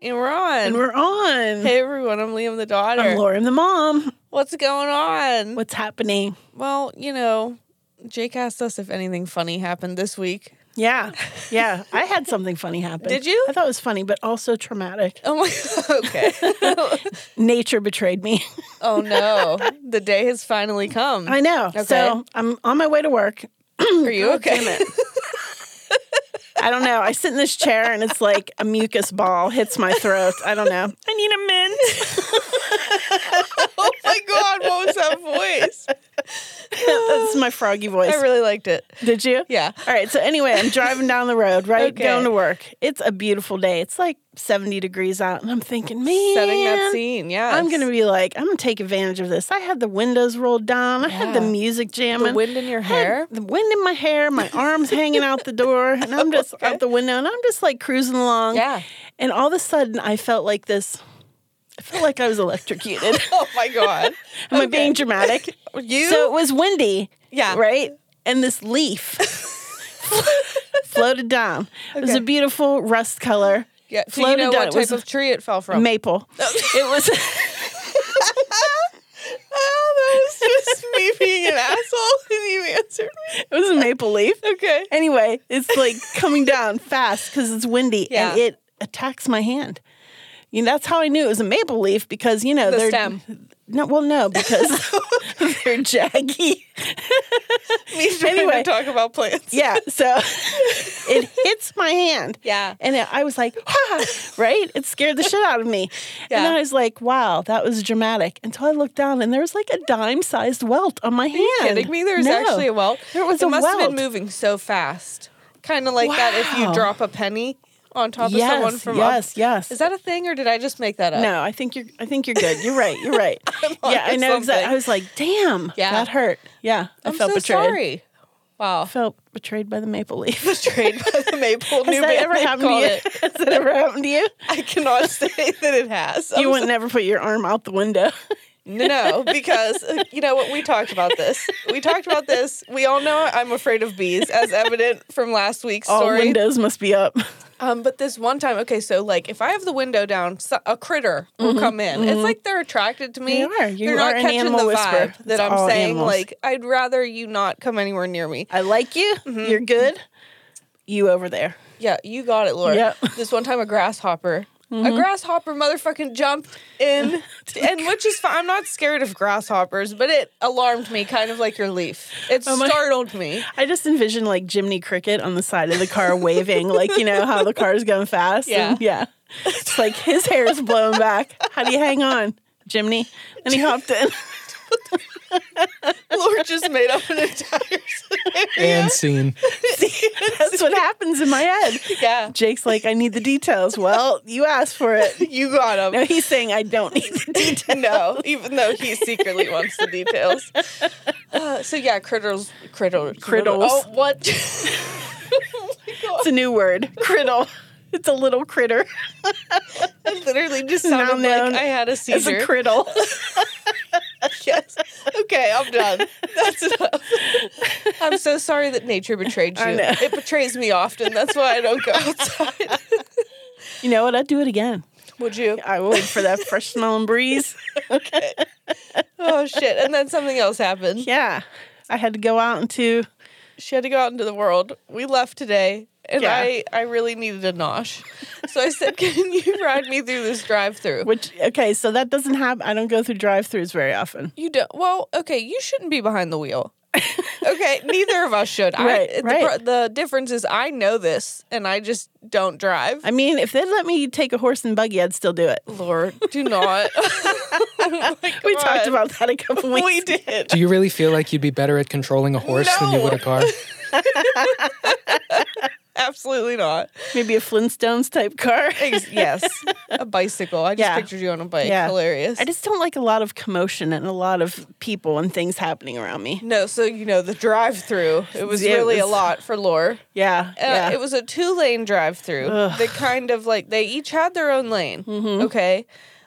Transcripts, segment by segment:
And we're on. And we're on. hey everyone, I'm Liam the daughter. I'm Laura, I'm the mom. What's going on? What's happening? Well, you know, Jake asked us if anything funny happened this week. Yeah, yeah. I had something funny happen. Did you? I thought it was funny, but also traumatic. Oh my okay. Nature betrayed me. oh no. The day has finally come. I know. Okay. So I'm on my way to work. Are you okay? I don't know. I sit in this chair and it's like a mucus ball hits my throat. I don't know. I need a mint. oh my god, what was that voice? That's my froggy voice. I really liked it. Did you? Yeah. All right. So anyway, I'm driving down the road, right? Okay. Going to work. It's a beautiful day. It's like 70 degrees out, and I'm thinking, man, Setting that scene, yeah. I'm gonna be like, I'm gonna take advantage of this. I had the windows rolled down. I had the Yeah. music jamming. the wind in your I had hair. the wind in my hair, my arms hanging out the door, and I'm just Okay. out the window, and I'm just like cruising along. Yeah. And all of a sudden, I felt like this. I felt like I was electrocuted. Oh my god. Am I being dramatic? You So it was windy. Yeah. Right? And this leaf floated down. It was a Okay. beautiful rust color. yeah, do you floated know down. what It was type of tree it fell from? Maple. it was Oh, that was just me being an asshole and you answered me. it was a maple leaf. Okay. Anyway, it's like coming down fast because it's windy Yeah. and it attacks my hand. You know, that's how I knew it was a maple leaf because you know The they're stem. No, well, no, because they're jaggy. Me trying Anyway. to talk about plants. Yeah, so it hits my hand. Yeah. And it- I was like, ha, right? It scared the shit out of me. Yeah. And then I was like, wow, that was dramatic. Until I looked down and there was like a dime sized welt on my hand. Kidding me? There's No. actually a welt. There was it a must have welt. been moving so fast. Kind of like that if you Wow. drop a penny on top Yes, of someone from up- yes, yes. Is that a thing or did I just make that up? No, I think you're. I think you're good. You're right. You're right. on yeah, I to know exactly. something. I was like, "Damn, Yeah. that hurt." Yeah, I I'm felt so betrayed. sorry. Wow. I felt betrayed by the maple leaf. Has Betrayed by the maple new that ever band, they happened to call you? it. Has that ever happened to you? I cannot say that it has. I'm you would never put your arm out the window. No, because uh, you know what? We talked about this. We talked about this. We all know I'm afraid of bees, as evident from last week's All story. windows must be up. Um, but this one time, okay, so like if I have the window down, so- a critter will come in. It's like they're attracted to me. Mm-hmm. They are. You they're not are an catching animal the whisperer. vibe that It's I'm all saying. animals. Like I'd rather you not come anywhere near me. I like you. Mm-hmm. You're good. You over there. Yeah, you got it, Laura. Yep. Mm-hmm. This one time, a grasshopper. A grasshopper motherfucking jumped in, and which is fine. I'm not scared of grasshoppers, but it alarmed me, kind of like your leaf. It Oh my- startled me. I just envision like Jiminy Cricket on the side of the car waving, like you know how the car's going fast. Yeah. and- yeah. It's like his hair is blowing back. How do you hang on, Jiminy? And he hopped in. Laura just made up an entire scenario. and scene. That's what happens in my head. Yeah, Jake's like, I need the details. Well, you asked for it. you got No, him. he's saying I don't need the details. No, even though he secretly wants the details. Uh, so yeah, critters, critters, Crittles. Oh, what? oh my god! It's a new word. Criddle. It's a little critter. It literally just now sounded like known I had a It's seizure. a criddle. yes. Okay, I'm done. That's enough. I'm so sorry that nature betrayed you. I know. It betrays me often. That's why I don't go outside. You know what? I'd do it again. Would you? I would for that fresh smelling breeze. Oh shit! And then something else happened. Yeah. I had to go out into She had to go out into the world. We left today, and Yeah. I I really needed a nosh, so I said, "Can you ride me through this drive-through?" which okay, so that doesn't happen. I don't go through drive-throughs very often. You don't. Well, okay, you shouldn't be behind the wheel. okay, neither of us should. Right, I, the, right. pro- the difference is I know this, and I just don't drive. I mean, if they'd let me take a horse and buggy, I'd still do it. Lord, do not. Oh We talked about that a couple weeks. We did. Do you really feel like you'd be better at controlling a horse than you would a car? Absolutely not. Maybe a Flintstones type car. Ex- yes, a bicycle. I just Yeah. pictured you on a bike. Yeah. Hilarious. I just don't like a lot of commotion and a lot of people and things happening around me. no, so you know the drive-through. It was It really a was- lot for Lore. Yeah. Uh, yeah. It was a two-lane drive-through. Ugh. They kind of like they each had their own lane. Okay,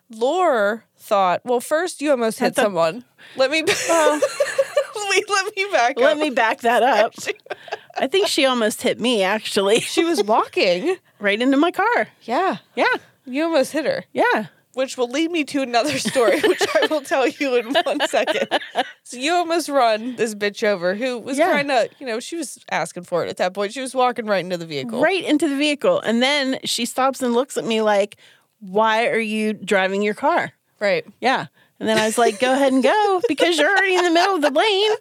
Lore thought. Well, first you almost hit someone. Let me. Wait, let me back Let up. me back that up. I think she almost hit me actually, She was walking. right into my car. Yeah, Yeah. you almost hit her. Yeah. which will lead me to another story, which I will tell you in one second. So you almost run this bitch over, who was Yeah. kind of, you know, she was asking for it at that point. She was walking right into the vehicle. Right into the vehicle. And then she stops and looks at me like, "Why are you driving your car?" Right. Yeah. And then I was like, "Go ahead and go because you're already in the middle of the lane."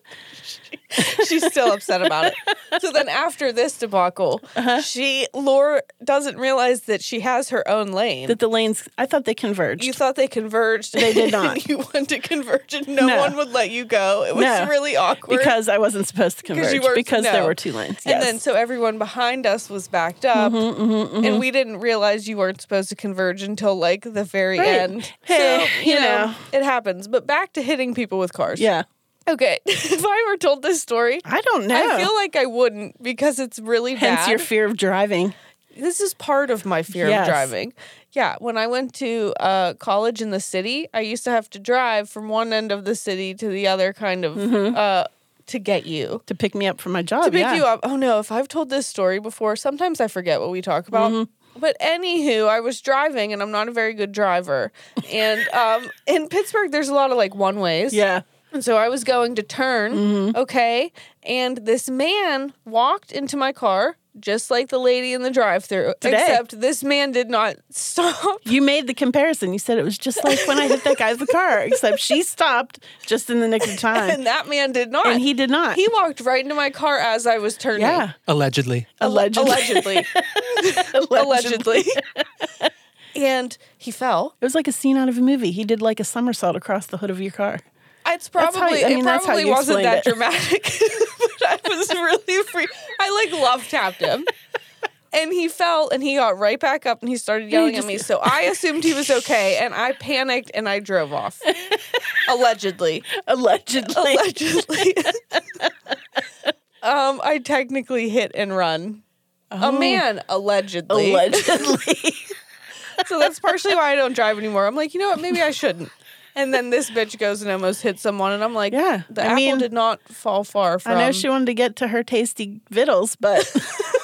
She's still upset about it. So then after this debacle, Uh-huh. she Laura doesn't realize that she has her own lane. That the lanes I thought they converged. you thought they converged. They did and not. you wanted to converge, and no, No. one would let you go. It was No. really awkward. because I wasn't supposed to Because converge you because, were- there no. were two lanes. And yes. Mm-hmm, then so everyone behind us was backed up, and we didn't realize you weren't supposed to converge until like the very Right. end. Hey, so you, you know, know. it happens. But back to hitting people with cars. yeah, Okay. if I were told this story, I don't know. I feel like I wouldn't because it's really Hence bad. your fear of driving. this is part of my fear Yes. of driving. Yeah, when I went to uh, college in the city, I used to have to drive from one end of the city to the other, kind of Mm-hmm. uh, to get you to pick me up for my job. to pick yeah. you up. Oh no, if I've told this story before, sometimes I forget what we talk about. Mm-hmm. But anywho, I was driving and I'm not a very good driver. And um, in Pittsburgh, there's a lot of like one ways. Yeah. Mm-hmm. And so I was going to turn, okay, and this man walked into my car just like the lady in the drive-through, Today. except this man did not stop. You made the comparison. You said it was just like when I hit that guy with the car, except she stopped just in the nick of time. And that man did not. And he did not. He walked right into my car as I was turning. yeah. Allegedly. Alle- Allegedly. Allegedly. allegedly. and he fell. It was like a scene out of a movie. He did like a somersault across the hood of your car. It's That's probably how- I mean, it that's how probably you wasn't explained that it. dramatic, but I was really free. I like love tapped him. And he fell and he got right back up and he started yelling just- at me. So I assumed he was okay and I panicked and I drove off. Allegedly. Allegedly. Allegedly. um, I technically hit and run. A man, allegedly. Oh. Allegedly. So that's partially why I don't drive anymore. I'm like, you know what? Maybe I shouldn't. And then this bitch goes and almost hits someone, and I'm like, Yeah, the I apple mean- did not fall far from. I know she wanted to get to her tasty vittles, but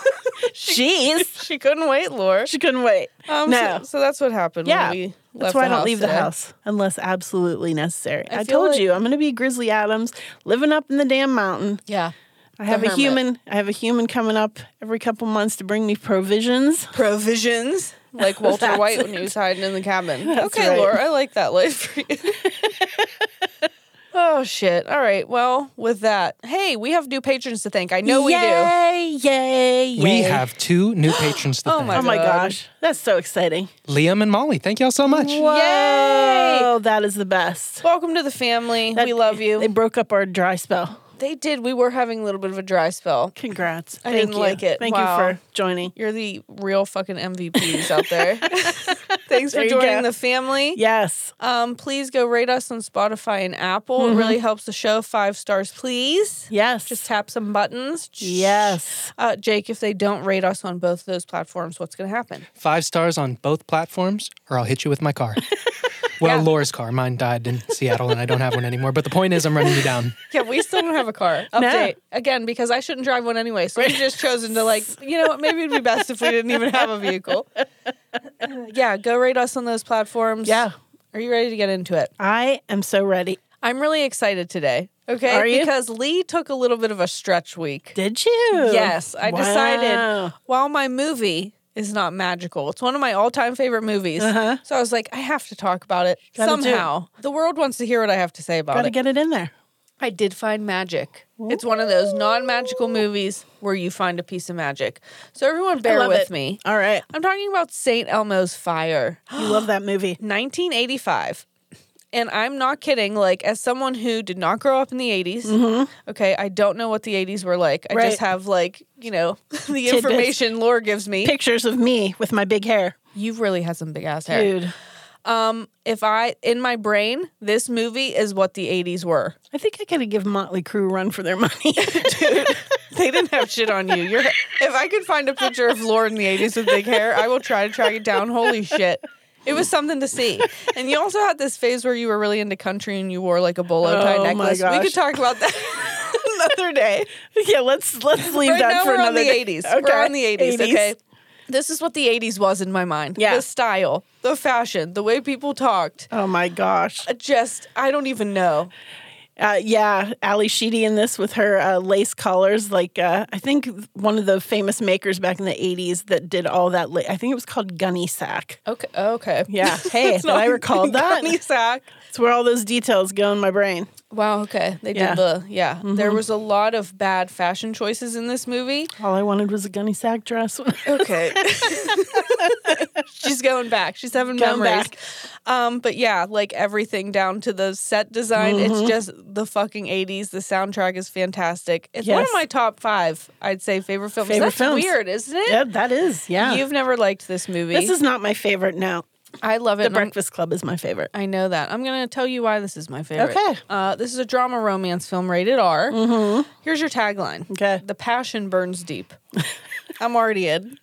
she's she couldn't wait, Laura. she couldn't wait. Um, no. so, so that's what happened. yeah. when we left That's why the I don't house leave the today. house unless absolutely necessary. I, feel told like- you I'm going to be Grizzly Adams living up in the damn mountain. Yeah, I have a hermit. human. I have a human coming up every couple months to bring me provisions. provisions like Walter That's White when he was hiding in the cabin. okay, right. Laura, I like that life for you. oh shit! All right. Well, with that, hey, we have new patrons to thank. I know we do. yay, Yay! Yay! We have two new patrons to Oh thank. Oh my God. gosh, that's so exciting! Liam and Molly, thank y'all so much. Whoa, Oh, that is the best. Welcome to the family. That- we love you. They broke up our dry spell. They did. We were having a little bit of a dry spell. Congrats! I Thank didn't you. like it. Thank Wow. you for joining. You're the real fucking MVPs out there. Thanks There for you go. joining the family. Yes, Um, please go rate us on Spotify and Apple. It really helps the show. Five stars, please. yes, Just tap some buttons. yes. Uh, Jake, if they don't rate us on both of those platforms, what's going to happen? Five stars on both platforms, or I'll hit you with my car. Well, Yeah. Laura's car. Mine died in Seattle and I don't have one anymore. But the point is, I'm running you down. Yeah, we still don't have a car. Update. Again, because I shouldn't drive one anyway. So we just chosen to, like, you know what? Maybe it'd be best if we didn't even have a vehicle. yeah, go rate us on those platforms. Yeah. Are you ready to get into it? I am so ready. I'm really excited today. Okay. Are you? Because Lee took a little bit of a stretch week. Did you? Yes, I decided Wow. while my movie is not magical, it's one of my all time favorite movies. Uh-huh. So I was like, I have to talk about it Gotta do it. somehow. The world wants to hear what I have to say about Gotta it. get it in there. I did find magic. It's one of those non magical movies where you find a piece of magic. So everyone, bear love with it. me. All right. I'm talking about St. Elmo's Fire. You love that movie. 1985. And I'm not kidding. Like, as someone who did not grow up in the 80s, okay, I don't know what the 80s were like. I Right. just have, like, you know, the information Lore gives me. Pictures of me with my big hair. You've really had some big ass hair. Dude. Um, if I, in my brain, this movie is what the 80s were. I think I gotta give Motley Crue a run for their money. They didn't have shit on you. You're, if I could find a picture of Lore in the 80s with big hair, I will try to track it down. Holy shit. It was something to see. And you also had this phase where you were really into country and you wore like a bolo tie Oh my necklace. We gosh. could talk about that another day. yeah, let's let's leave right that now for we're on another the day. 80s. Okay. We're on the 80s, okay? This is what the 80s was in my mind. Yeah. The style, the fashion, the way people talked. Oh my gosh. Just, I don't even know. Uh, yeah, Ali Sheedy in this with her uh, lace collars. Like, uh, I think one of the famous makers back in the 80s that did all that. La- I think it was called Gunny Sack. Okay. Okay. Yeah. Hey, did I recall that? Gunny sack. It's where all those details go in my brain. Wow. Okay. They Yeah. Mm-hmm. did the yeah. There was a lot of bad fashion choices in this movie. All I wanted was a Gunny Sack dress. Okay. She's going back. She's having Going memories. back. Um, but yeah, like everything down to the set design, Mm-hmm. it's just the fucking eighties. The soundtrack is fantastic. It's one of Yes. my top five, I'd say, favorite films. Favorite That's films. weird, isn't it? yeah, that is. Yeah. You've never liked this movie. this is not my favorite. No. I love it. The and I'm- Breakfast Club is my favorite. I know that. I'm going to tell you why this is my favorite. Okay. Uh, this is a drama romance film rated R. Mm-hmm. Here's your tagline Okay. The passion burns deep. I'm already in.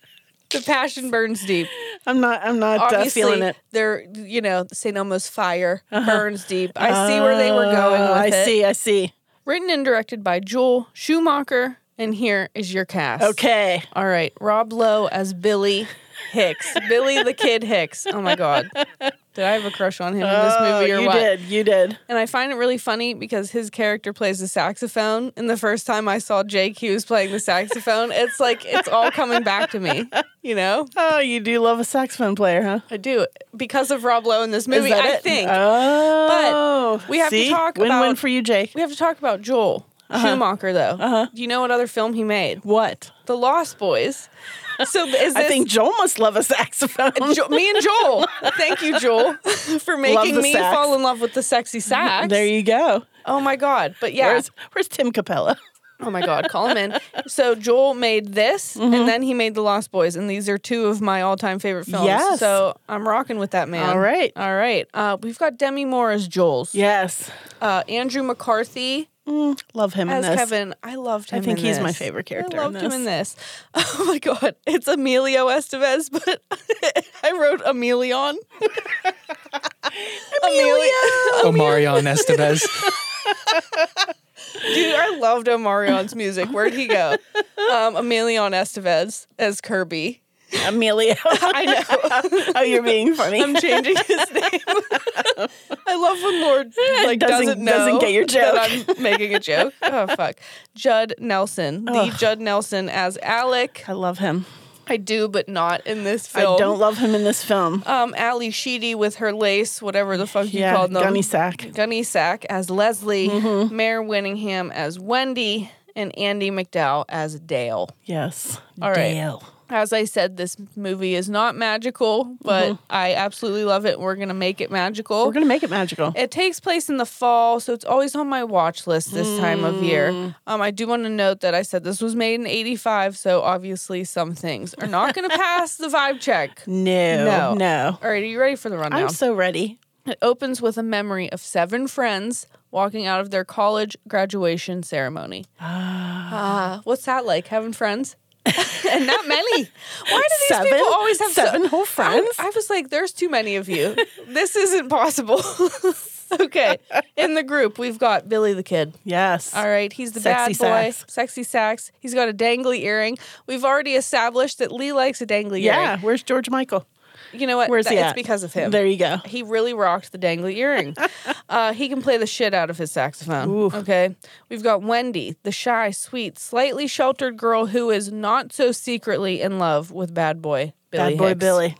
The passion burns deep. I'm not. I'm not uh, Obviously, feeling it. Uh-huh. they're, you know, St. Elmo's fire burns deep. I see where they were going Oh, with I it. see. I see. Written and directed by Joel Schumacher. And here is your cast. Okay. All right, Rob Lowe as Billy Hicks, Billy the Kid Hicks. Oh my God, did I have a crush on him in this Oh, movie or you what? did. You did. And I find it really funny because his character plays the saxophone, and the first time I saw Jake Hughes playing the saxophone, it's like it's all coming back to me. You know, Oh, you do love a saxophone player, huh? I do because of Rob Lowe in this movie. Is that I it? think Oh, we have to See? talk Win-win about- for you, Jake. we have to talk about Joel Schumacher, though. Uh-huh. Do you know what other film he made? What? The Lost Boys. So is this I think Joel must love a saxophone. Jo- me and Joel. Thank you, Joel, for making the me sax. fall in love with the sexy sax. there you go. oh my god! But yeah, Where's Where's Tim Capella? oh my god, call him in. So Joel made this, Mm-hmm. and then he made The Lost Boys, and these are two of my all-time favorite films. Yes. So I'm rocking with that man. All right. all right. Uh, we've got Demi Moore as Joel's. Yes, Uh, Andrew McCarthy Mm, love him as in this. Kevin. I loved I him. think in he's my this. favorite character I in loved him in this. Oh my god, it's Emilio Estevez, but I wrote Emilion. Emilio. Omarion Estevez. Dude, I loved Omarion's music. Where'd he go? Um, Emilion Estevez as Kirby. Emilio. I know. oh, you're being funny. I'm changing his name. I love when Lord like Doesn't- doesn't, know doesn't get your joke. that I'm making a joke. Oh fuck, Judd Nelson, the Judd Nelson as Alec. I love him. I do, but not in this film. I don't love him in this film. Um, Ali Sheedy with her lace, whatever the fuck yeah, you called them. Gunny Sack. Mm-hmm. Gunny Sack as Leslie, Mayor Winningham as Wendy, and Andy McDowell as Dale. Yes. All right. Dale. As I said, this movie is not magical, but Mm-hmm. I absolutely love it. We're going to make it magical. We're gonna make it magical. it takes place in the fall, so it's always on my watch list this time of year. Um, I do want to note that I said this was made in 85, so obviously some things are not going to pass the vibe check. no, No. no. All right, are you ready for the rundown? I'm so ready. It opens with a memory of seven friends walking out of their college graduation ceremony. Ah, what's that like? Having friends? and not many. Why do these Seven? people always have so- seven whole friends? I was like, there's too many of you. this isn't possible. okay. In the group, we've got Billy the Kid. yes. All right, he's the Sexy bad boy, sax. sexy sax. He's got a dangly earring. We've already established that Lee likes a dangly Yeah. earring. Where's George Michael? You know what? Where's Th- he it's at? because of him. There you go. He really rocked the dangly earring. uh, he can play the shit out of his saxophone. Okay. We've got Wendy, the shy, sweet, slightly sheltered girl who is not so secretly in love with bad boy Billy. Bad boy Hicks. Billy.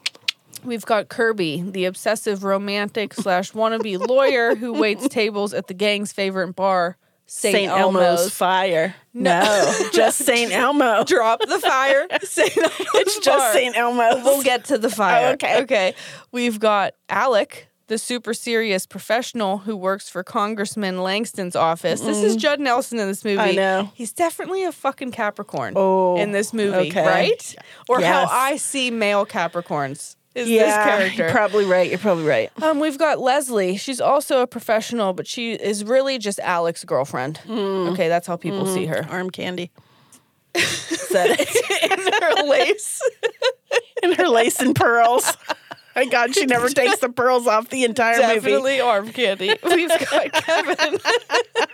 We've got Kirby, the obsessive romantic slash wannabe lawyer who waits tables at the gang's favorite bar, St. St. Elmo's. Elmo's. fire. No, just St. Elmo. Drop the fire, St. Elmo's. It's just bar. St. Elmo's. We'll get to the fire. Oh, okay. Okay. We've got Alec, the super serious professional who works for Congressman Langston's office. This is Judd Nelson in this movie. I know. He's definitely a fucking Capricorn Oh, in this movie, okay. right? Or Yes. how I see male Capricorns is this you're character. probably right. You're probably right. Um, we've got Leslie. She's also a professional, but she is really just Alex's girlfriend. Hmm. Okay, that's how people see her. Arm candy. Said it. In her lace. and her lace and pearls. My God, she never takes the pearls off the entire movie. Definitely arm candy. We've got Kevin,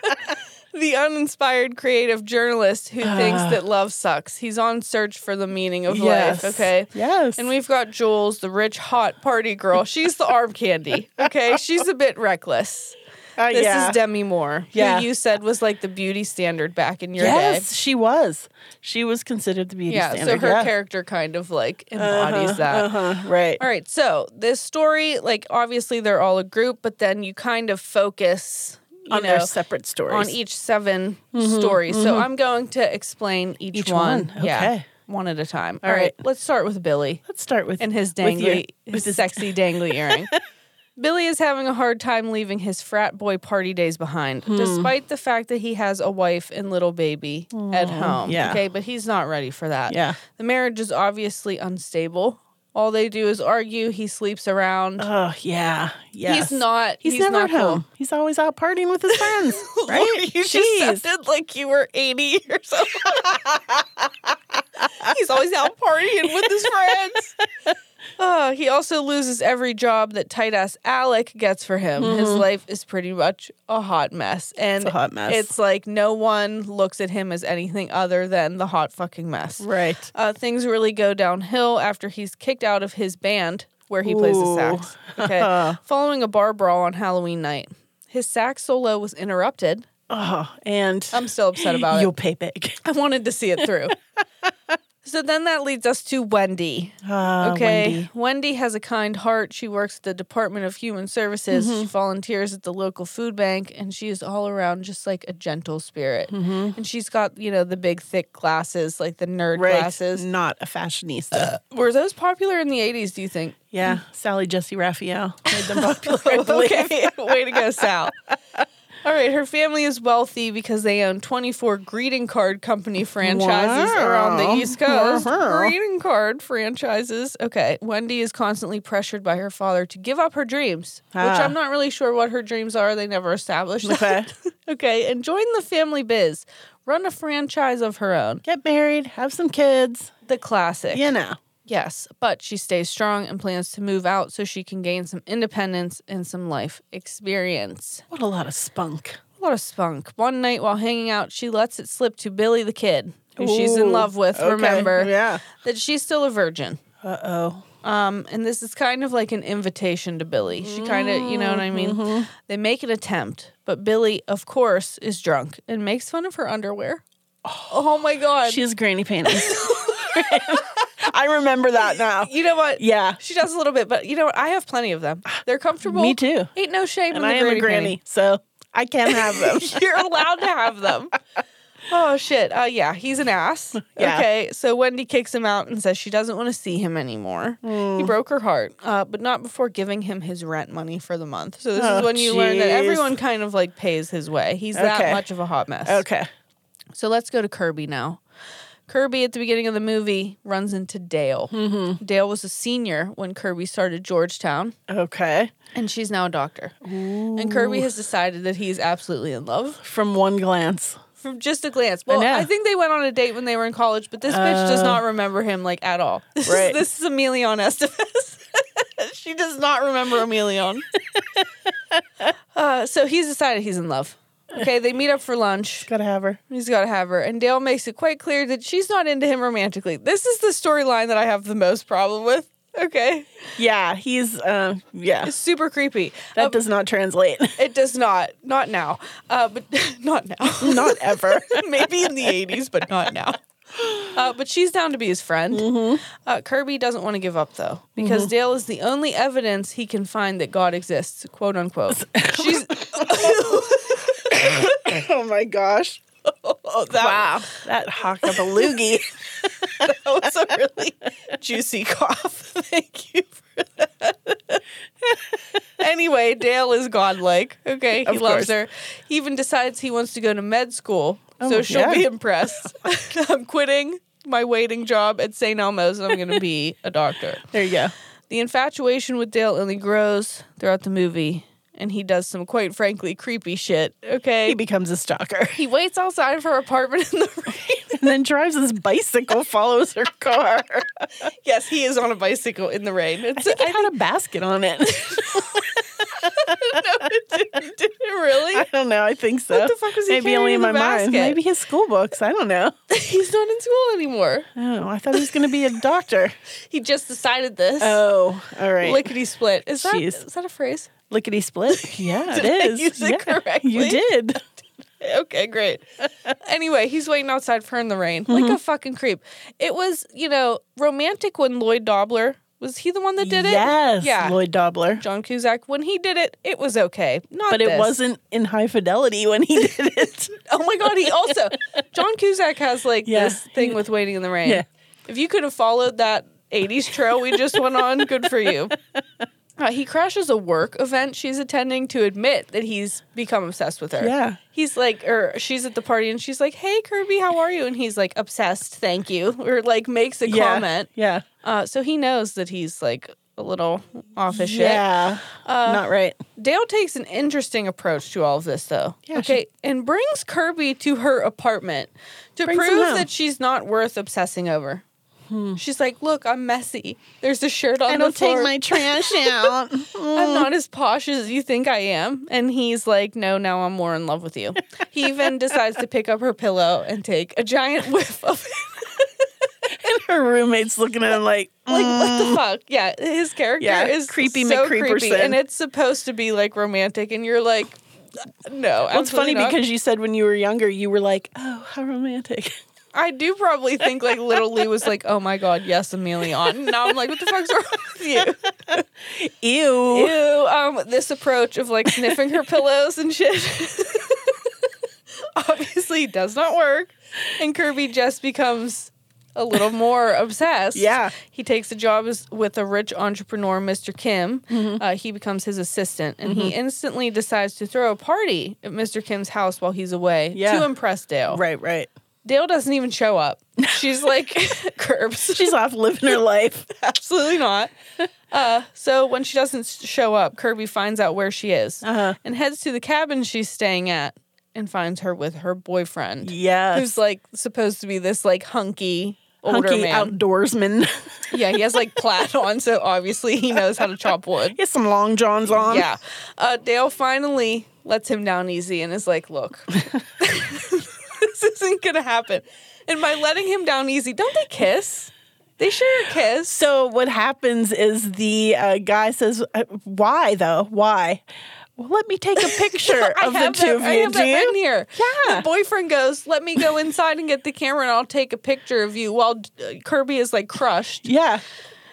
the uninspired creative journalist who thinks that love sucks. He's on search for the meaning of life. Okay. Yes. And we've got Jules, the rich, hot party girl. She's the arm candy. Okay. She's a bit reckless. Uh, This yeah. is Demi Moore, Yeah. who you said was like the beauty standard back in your day. Yes, she was. She was considered the beauty Yeah, standard. so her yeah. character kind of like embodies that. Uh-huh, right. All right, so this story, like obviously they're all a group, but then you kind of focus you On know, their separate stories. Mm-hmm, on e- each 7 stories. So I'm going to explain each, Each one, Yeah, okay. one at a time. All all right. right. let's start with Billy Let's start with and his with your- dangly, his, with his- sexy dangly earring. Billy is having a hard time leaving his frat boy party days behind, despite the fact that he has a wife and little baby at home. yeah. Okay, but he's not ready for that. Yeah. The marriage is obviously unstable. All they do is argue. He sleeps around. Oh yeah, yes. He's not. He's, never at not home. He's always out partying with his friends, Cool. right? You just sounded like you were eighty years old. He's always out partying with his friends. Oh, he also loses every job that tight ass Alec gets for him. His life is pretty much a hot mess, and a hot mess. Mm-hmm. It's like no one looks at him as anything other than the hot fucking mess. right. Uh, things really go downhill after he's kicked out of his band where he plays the Ooh. sax. Okay. Following a bar brawl on Halloween night, his sax solo was interrupted. Oh, and I'm still upset about you'll it. pay back. I wanted to see it through. so then that leads us to Wendy. Ah, Okay. Wendy. Wendy. has a kind heart. She works at the Department of Human Services. Mm-hmm. She volunteers at the local food bank, and she is all around just like a gentle spirit. Mm-hmm. And she's got, you know, the big, thick glasses, like the nerd Right. glasses. Uh. Not a fashionista. Were those popular in the 80s, do you think? yeah, Sally Jesse Raphael made them popular. I believe. okay. Way to go, Sal. All right, her family is wealthy because they own 24 greeting card company franchises Wow. around the East Coast. Wow. Greeting card franchises. Okay, Wendy is constantly pressured by her father to give up her dreams, which Ah. I'm not really sure what her dreams are. They never established Okay. that. okay, and join the family biz. Run a franchise of her own. Get married, have some kids. The classic. You know. Yes, but she stays strong and plans to move out so she can gain some independence and some life experience. What a lot of spunk. A lot of spunk. One night while hanging out, she lets it slip to Billy the kid, who she's in Ooh, love with, okay, remember, yeah. that she's still a virgin. Uh oh. Um, and this is kind of like an invitation to Billy. She kind of, you know what I mean? Mm-hmm. They make an attempt, but Billy, of course, is drunk and makes fun of her underwear. Oh, my God. She has granny panties. I remember that now. you know what? Yeah. She does a little bit, but you know what? I have plenty of them. They're comfortable. Me too. Ain't no shame And in I the am a granny granny, so I can have them. panty. You're allowed to have them. Oh shit. Uh yeah, he's an ass. Yeah. Okay. So Wendy kicks him out and says she doesn't want to see him anymore. Mm. He broke her heart. Uh, but not before giving him his rent money for the month. So this Oh, is when you learn that jeez. everyone kind of like pays his way. He's that Okay. much of a hot mess. Okay. So let's go to Kirby now. Kirby at the beginning of the movie runs into Dale. Mm-hmm. Dale was a senior when Kirby started Georgetown, Okay. and she's now a doctor. And Kirby has decided that he's absolutely in love From one glance. from just a glance. Well, know. Uh. I, think they went on a date when they were in college, but this bitch does not remember him like at all. This Right. is this is Emilion Estevez. she does not remember Emilion. uh, so he's decided he's in love. Okay, they meet up for lunch. Gotta have her. He's got to have her. And Dale makes it quite clear that she's not into him romantically. This is the storyline that I have the most problem with. Okay. Yeah, he's uh yeah. It's super creepy. That Uh, does not translate. it does not. Not now. Uh, but not now. not ever. Maybe in the 80s, but not now. Uh, but she's down to be his friend. Mm-hmm. Uh, Kirby doesn't want to give up, though, because Dale is the only evidence he can find that God exists, quote unquote. She's. oh my gosh. Oh, that, wow. That hockabaloogie. That was a really juicy cough. Thank you for that. anyway, Dale is godlike. Okay, he Of loves course. her. He even decides he wants to go to med school, so Oh, she'll yeah. be impressed. I'm quitting my waiting job at St. Elmo's, and I'm going to be a doctor. There you go. The infatuation with Dale only grows throughout the movie, and he does some quite frankly creepy shit. Okay, He becomes a stalker he waits outside of her apartment in the rain. and then drives his bicycle, follows her car. Yes, he is on a bicycle in the rain. It's, I think it had a basket on it. did it really? I don't know. I think so. What the fuck was he Maybe carrying only in in the my mind. basket? Maybe his school books. I don't know. He's not in school anymore. Oh, I thought he was going to be a doctor. He just decided this. Oh, all right. Lickety split. Is that is Jeez. that a phrase? Lickety split. Yeah, Did it I is. use it yeah, You correctly? did. Okay, great. Mm-hmm. anyway, he's waiting outside for her in the rain like a fucking creep. It was, you know, romantic when Lloyd Dobler was he the one that did it? Yes, Yeah. Lloyd Dobler. John Cusack. When he did it, it was okay. Not But it this. wasn't in high fidelity when he did it. Oh my god, he also John Cusack has like Yeah. this thing with waiting in the rain. Yeah. If you could have followed that 80s trail we just went on, good for you. Uh, he crashes a work event she's attending to admit that he's become obsessed with her. Yeah. He's like, or she's at the party and she's like, hey, Kirby, how are you? And he's like, obsessed, thank you. Or like makes a yeah. comment. Yeah. Uh, so he knows that he's like a little off his shit. Yeah. Uh, Not right. Dale takes an interesting approach to all of this, though. Yeah, she- okay, and brings Kirby to her apartment to Brings him prove home. that she's not worth obsessing over. She's like, "Look, I'm messy. There's a shirt on I the don't take floor. my Mm. trash out. I'm not as posh as you think I am." And he's like, "No, now I'm more in love with you." he even decides to pick up her pillow and take a giant whiff of Her roommate's looking at him like, like what the fuck? Yeah, his character Mm. Yeah, is creepy so creepy, McCreeperson. and it's supposed to be like romantic, and you're like, "No." Well, it's funny absolutely not. because you said when you were younger, you were like, oh, how romantic. I do probably think like little Lee was like, "Oh my god, yes, Emilion." And Now I'm like, "What the fuck's wrong with you?" Ew. Ew, um, this approach of like sniffing her pillows and shit obviously does not work, and Kirby just becomes a little more obsessed. Yeah. he takes a job as, with a rich entrepreneur, Mr. Kim. Mm-hmm. Uh, he becomes his assistant, and he instantly decides to throw a party at Mr. Kim's house while he's away Yeah. to impress Dale. Right, right. Dale doesn't even show up. She's like curbs. She's off living her life. Absolutely not. Uh, so when she doesn't s- show up, Kirby finds out where she is Uh-huh. and heads to the cabin she's staying at and finds her with her boyfriend, Yes. who's like supposed to be this like hunky older Hunky man. outdoorsman. yeah, he has like plaid on, so obviously he knows how to chop wood. Get some long johns on. Yeah. Uh, Dale finally lets him down easy and is like, look, this isn't going to happen. And by letting him down easy, don't they kiss? They share a kiss. So what happens is the uh, guy says, uh, "Why though? Why? Well, let me take a picture of the have two that- of I you. have that Do written you? here. Yeah. The boyfriend goes, let me go inside and get the camera and I'll take a picture of you while uh, Kirby is like crushed. Yeah, And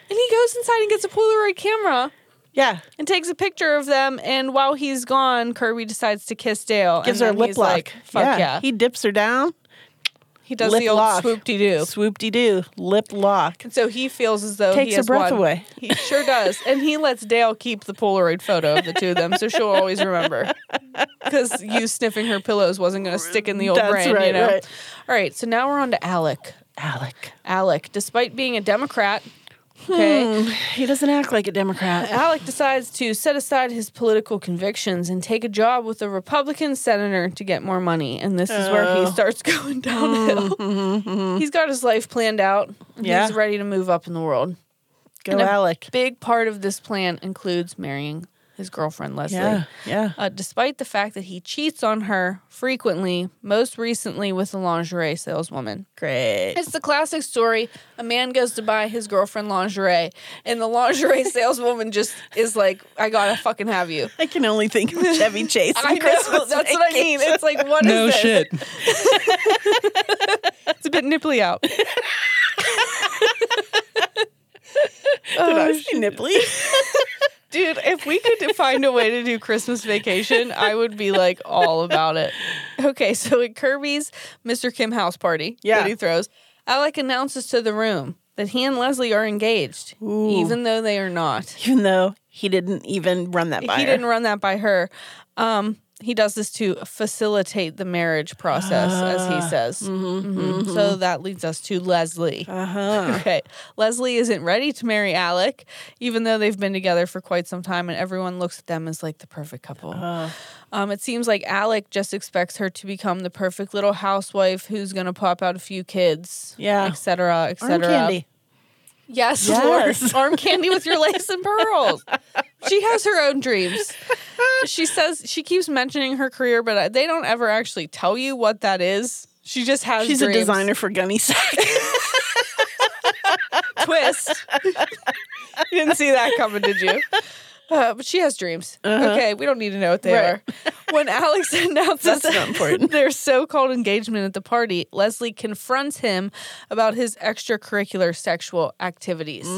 he goes inside and gets a Polaroid camera yeah. and takes a picture of them. And while he's gone, Kirby decides to kiss Dale. Gives and her a then lip he's lock. Like, Fuck yeah. He dips her down. He does lip the old lock. swoop de doo. Swoop de doo. Lip lock. And so he feels as though Takes he her has breath won. away. He sure does, and he lets Dale keep the Polaroid photo of the two of them, so she'll always remember. Because you sniffing her pillows wasn't going to stick in the old That's brain, you right, know. right. All right, so now we're on to Alec. Alec. Alec, despite being a Democrat, Hmm. okay, He doesn't act like a Democrat. Alec decides to set aside his political convictions and take a job with a Republican senator to get more money. And this is where he Oh. starts going downhill. He's got his life planned out. Yeah. He's ready to move up in the world. Go And a Alec. Big part of this plan includes marrying his girlfriend Leslie. Yeah, yeah. Uh, despite the fact that he cheats on her frequently, most recently with a lingerie saleswoman. Great. It's the classic story. A man goes to buy his girlfriend lingerie, and the lingerie saleswoman just is like, I gotta fucking have you. I can only think of Chevy Chase. I and know, Christmas that's what I Vacation. mean. It's like, what is no this? shit. It's a bit nipply out. Oh, Did I say nipply? Dude, if we could find a way to do Christmas vacation, I would be like all about it. Okay, so at Kirby's Mr. Kim house party Yeah. that he throws, Alec announces to the room that he and Leslie are engaged, Ooh. even though they are not. Even though He didn't even run that by he her. didn't run that by her. Um, he does this to facilitate the marriage process, as Ah. he says. Mm-hmm, Mhm. So that leads us to Leslie. Uh-huh. Okay. Leslie isn't ready to marry Alec, even though they've been together for quite some time and everyone looks at them as like the perfect couple. Uh-huh. Um, it seems like Alec just expects her to become the perfect little housewife who's going to pop out a few kids, Yeah. et cetera, et Arm cetera. candy. Yes, Yes. Lord. Arm candy with your lace and pearls. She has her own dreams. She says she keeps mentioning her career, but I- they don't ever actually tell you what that is. She just has She's dreams. a designer for gunny sacks. Twist. you didn't see that coming, did you? Uh-huh. Uh, but she has dreams. Okay, we don't need to know what they Right. are. When Alex announces That's not important. their so-called engagement at the party, Leslie confronts him about his extracurricular sexual activities.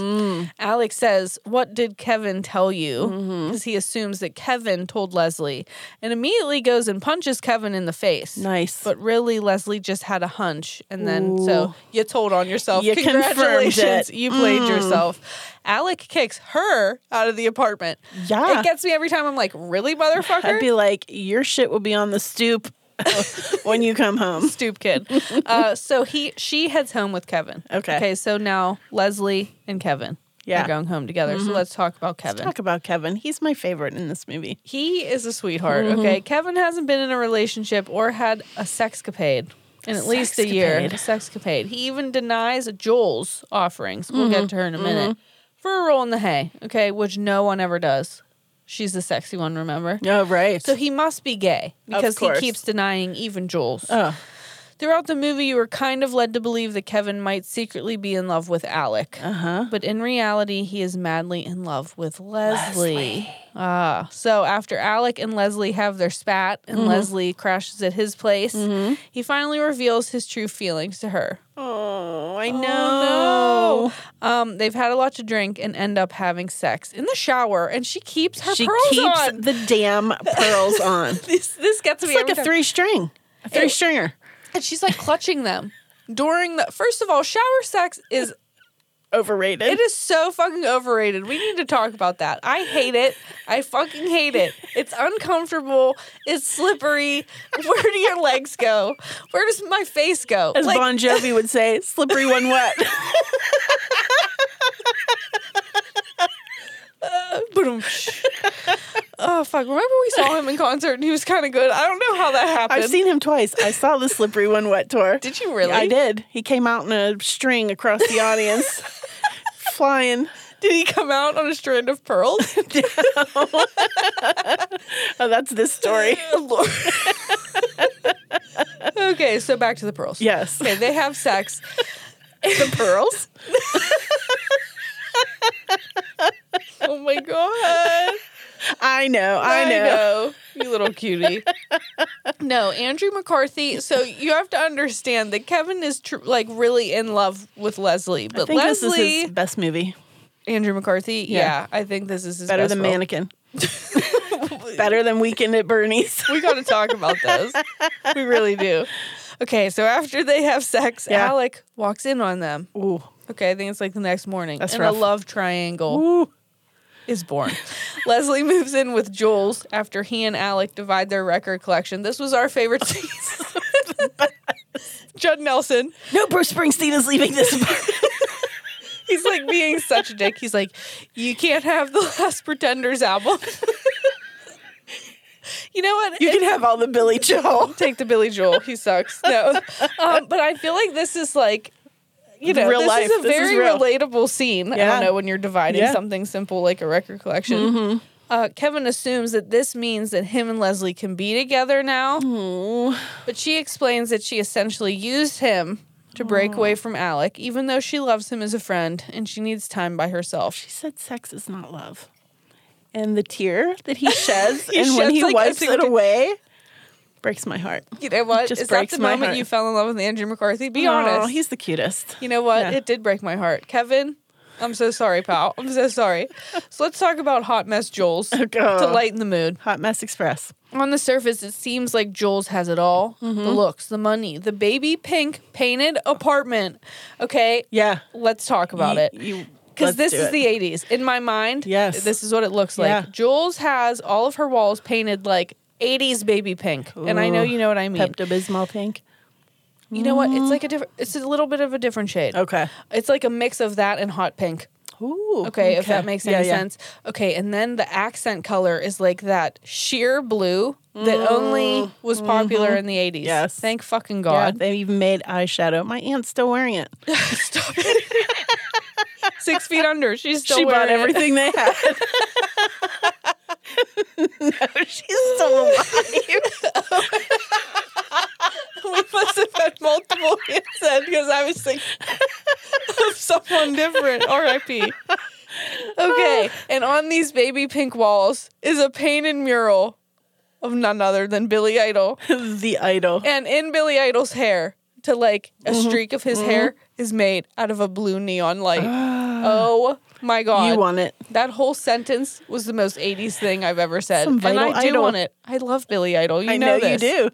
Alex says, "What did Kevin tell you?" Because he assumes that Kevin told Leslie, and immediately goes and punches Kevin in the face. nice. But really, Leslie just had a hunch, and then so Ooh. you told on yourself. You confirmed it. Mm. Congratulations, you played yourself. Alec kicks her out of the apartment. Yeah. it gets me every time. I'm like, really, motherfucker, I'd be like, your shit will be on the stoop when you come home. stoop kid. uh, so he, she heads home with Kevin. Okay. okay. So now Leslie and Kevin, Yeah. Mm-hmm. are going home together. So let's talk about Kevin. Talk about Kevin. He's my favorite in this movie. He is a sweetheart. Okay, Kevin hasn't been in a relationship or had a sexcapade in at least a year. A sexcapade. He even denies Joel's offerings. We'll get to her in a minute. For a roll in the hay, okay, which no one ever does. She's the sexy one, remember? Oh, right. So he must be gay because he course. keeps denying even Joel's. oh, Throughout the movie, you were kind of led to believe that Kevin might secretly be in love with Alec. uh-huh. But in reality, he is madly in love with Leslie. Ah, so after Alec and Leslie have their spat and Leslie crashes at his place, he finally reveals his true feelings to her. Oh, I know. Oh, no. Um, they've had a lot to drink and end up having sex in the shower, and she keeps her She pearls keeps on. the damn pearls on. It's This this gets me like every a time. three string. A three stringer. and she's like clutching them during the. First of all, shower sex is Overrated. It is so fucking overrated. We need to talk about that. I hate it. I fucking hate it. It's uncomfortable. It's slippery. Where do your legs go? Where does my face go? As Like, Bon Jovi would say, slippery when wet. boom. oh fuck! Remember we saw him in concert and he was kind of good. I don't know how that happened. I've seen him twice. I saw the slippery when wet tour. Did you really? I did. He came out in a string across the audience, flying. Did he come out on a strand of pearls? Oh, that's this story. Lord. okay, so back to the pearls. Yes. Okay, they have sex. The pearls? Oh my god. I know. I know. You little cutie. no, Andrew McCarthy. So you have to understand that Kevin is tr- like really in love with Leslie, I but think Leslie, this is his best movie. Andrew McCarthy. Yeah. Yeah. I think this is his Better best than role. Mannequin. Better than Weekend at Bernie's. We got to talk about those. we really do. Okay, so after they have sex, Yeah. Alec walks in on them. Ooh. Okay, I think it's like the next morning. That's and rough. a love triangle Ooh. is born. Leslie moves in with Jules after he and Alec divide their record collection. This was our favorite scene. Judd Nelson. No, Bruce Springsteen is leaving this. apartment. He's like being such a dick. He's like, you can't have the last Pretenders album. you know what? you can have all the Billy Joel. Take the Billy Joel. He sucks. No, um, but I feel like this is like. You know, Real this life. is a This is very real. relatable scene. I Yeah. don't know when you're dividing Yeah. something simple like a record collection. Uh, Kevin assumes that this means that him and Leslie can be together now. But she explains that she essentially used him to break away from Alec, even though she loves him as a friend and she needs time by herself. She said sex is not love. And the tear that he sheds, and when sheds, he like, a wipes single it tear. away, breaks my heart. You know what? Just Is that breaks the my moment heart. you fell in love with Andrew McCarthy? Be Aw, honest. he's the cutest. You know what? Yeah. It did break my heart. Kevin, I'm so sorry, pal. I'm so sorry. so let's talk about hot mess Jules to God. lighten the mood. Hot Mess Express. On the surface, it seems like Jules has it all Mm-hmm. the looks, the money, the baby pink painted apartment. Okay, Yeah. let's talk about You- it. You Because Let's this do is it. the 80s. In my mind, Yes. this is what it looks Yeah. like. Jules has all of her walls painted like 80s baby pink. And I know Ooh. you know what I mean. Pepto Bismol pink. You know what? It's like a different, it's a little bit of a different shade. Mm-hmm. Okay. It's like a mix of that and hot pink. Ooh. Okay, if that makes any Yeah, yeah. sense. Okay, and then the accent color is like that sheer blue that only was popular in the 80s. Mm, mm-hmm. Yes. Thank fucking Yeah, God. they even made eyeshadow. My aunt's still wearing it. Stop it. Six feet under. She's still she bought wearing it. everything they had. no, she's still alive. we must have had multiple hits then because I was thinking of someone different. R.I.P. Okay, and on these baby pink walls is a painted mural of none other than Billy Idol, the idol. and in Billy Idol's hair, to like a Mm-hmm. streak of his hair is made out of a blue neon light. oh my god! Ah. You want it. that whole sentence was the most 80s thing I've ever said, Some and Vital I do Idol. want it. I love Billy Idol. You I know, you this. do.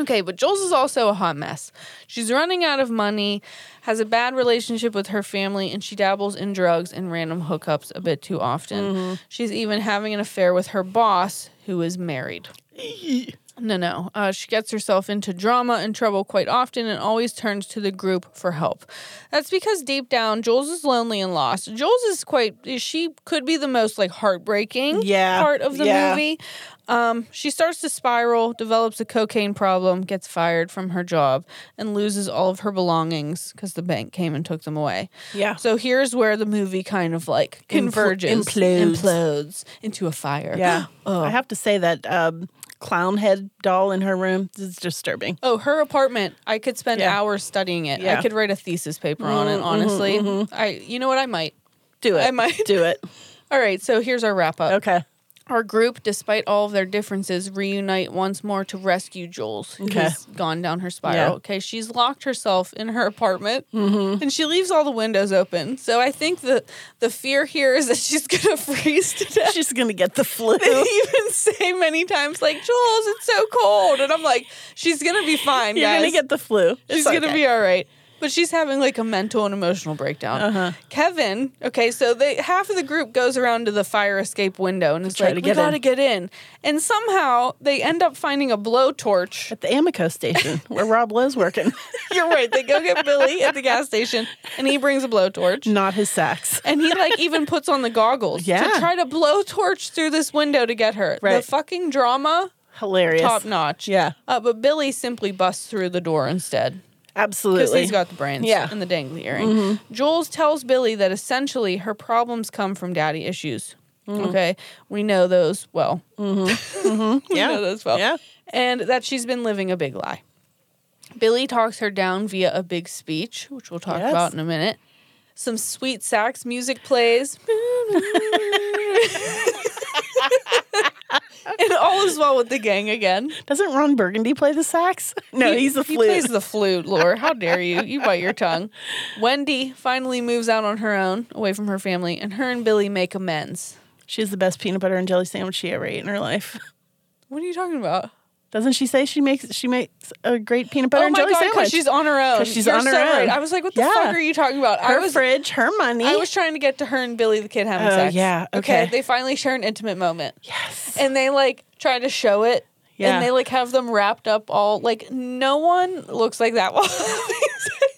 Okay, but Jules is also a hot mess. She's running out of money, has a bad relationship with her family, and she dabbles in drugs and random hookups a bit too often. Mm-hmm. She's even having an affair with her boss, who is married. No, no. Uh, she gets herself into drama and trouble quite often and always turns to the group for help. That's because deep down, Jules is lonely and lost. Jules is quite, she could be the most like heartbreaking Yeah, part of the yeah. movie. Um, she starts to spiral, develops a cocaine problem, gets fired from her job, and loses all of her belongings because the bank came and took them away. Yeah. So here's where the movie kind of like converges, implodes. implodes into a fire. Yeah. oh. I have to say that um, clown head doll in her room is disturbing. Oh, her apartment. I could spend Yeah. hours studying it. I Yeah. Mm-hmm, could write a thesis paper on it, honestly. I you know what I might. Do it. I might. Do it. All right, so here's our wrap up. Okay. Our group, despite all of their differences, reunite once more to rescue Jules, who's Okay. gone down her spiral. Yeah. Mm-hmm. Okay, she's locked herself in her apartment, and she leaves all the windows open. So I think the the fear here is that she's gonna freeze to death. She's going to get the flu. They even say many times, like Jules, it's so cold, and I'm like, she's gonna be fine, You're guys. going to get the flu. She's gonna be all right. But she's having like a mental and emotional breakdown. Uh-huh. Kevin, okay, so they half of the group goes around to the fire escape window and is try like, to "We get gotta in." get in." And somehow they end up finding a blowtorch. At the Amico station where Rob Lowe's working. You're right. They go get Billy at the gas station, and he brings a blowtorch. Not his sacks. And he like even puts on the goggles Yeah. to try to blowtorch through this window to get her. The Right. fucking drama, Hilarious. top notch. Yeah. Uh, but Billy simply busts through the door instead. Because Absolutely. he's got the brains Yeah. Mm-hmm. and the dangly earring. Jules tells Billy that essentially her problems come from daddy issues. Mm-hmm. Okay. We know those well. we Mm-hmm. yeah. know those well. Yeah. And that she's been living a big lie. Billy talks her down via a big speech, which we'll talk Yes. about in a minute. Some sweet sax music plays. and all is well with the gang again. Doesn't Ron Burgundy play the sax? No, he's the he flute. plays the flute, Laura. How dare you? You bite your tongue. Wendy finally moves out on her own, away from her family, and her and Billy make amends. She's the best peanut butter and jelly sandwich she ever ate in her life. What are you talking about? Doesn't she say she makes she makes a great peanut butter oh and my jelly god, sandwich? because she's on her own. 'Cause she's You're on her so own. Right. I was like, what the Yeah. fuck are you talking about? her I was fridge, her money. I was trying to get to her and Billy the kid having Oh, sex. yeah, okay. They finally share an intimate moment. yes. And they like try to show it. Yeah. And they like have them wrapped up all like no one looks like that while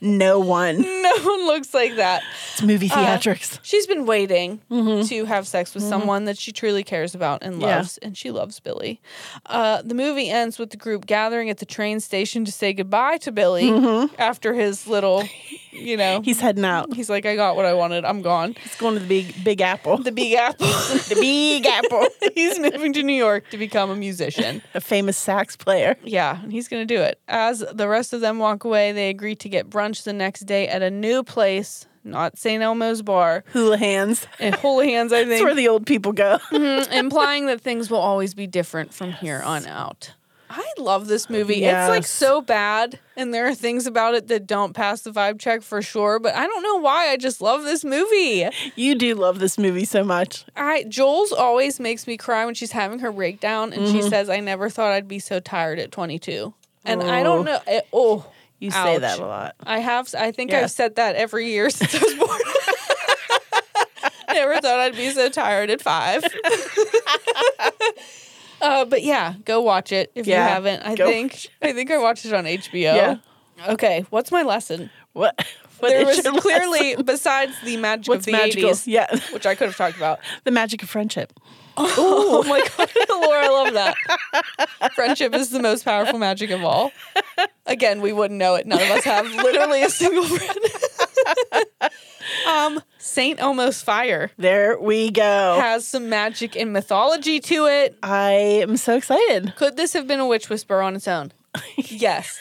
no one. no one looks like that. It's movie Uh, theatrics. She's been waiting to have sex with someone that she truly cares about and Mm-hmm. Yeah. loves, and she loves Billy. Uh, the movie ends with the group gathering at the train station to say goodbye to Billy after his little, you know, Mm-hmm. he's heading out. he's like, I got what I wanted. I'm gone. He's going to the big Big Apple. The Big Apple. the Big Apple. he's moving to New York to become a musician. a famous sax player. Yeah, and he's going to do it. As the rest of them walk away, they agree to get brunch the next day at a new place, not St. Elmo's Bar. Hula hands. And Holy Hands, I think. That's where the old people go. Mm, implying that things will always be different from here on out. I love this movie. It's like Yes. so bad, and there are things about it that don't pass the vibe check for sure. But I don't know why. I just love this movie. you do love this movie so much. I Jules always makes me cry when she's having her breakdown, and Mm-hmm. she says, "I never thought I'd be so tired at 22." And I don't Oh. know. it- oh, You say Ouch. that a lot. I have. I think Yeah. I've said that every year since I was born. Never thought I'd be so tired at five. uh, but yeah, go watch it if Yeah, you haven't. I go think I think I watched it on HBO. Okay, what's my lesson? What? what is there was your lesson? clearly besides the magic what's of the magical? 80s, Yeah, which I could have talked about. the magic of friendship. Oh my god, Laura, I love that. Friendship is the most powerful magic of all. Again, we wouldn't know it. None of us have literally a single friend. um, Saint Almost Fire There we go. has some magic and mythology to it. I am so excited. Could this have been a witch whisperer on its own? yes.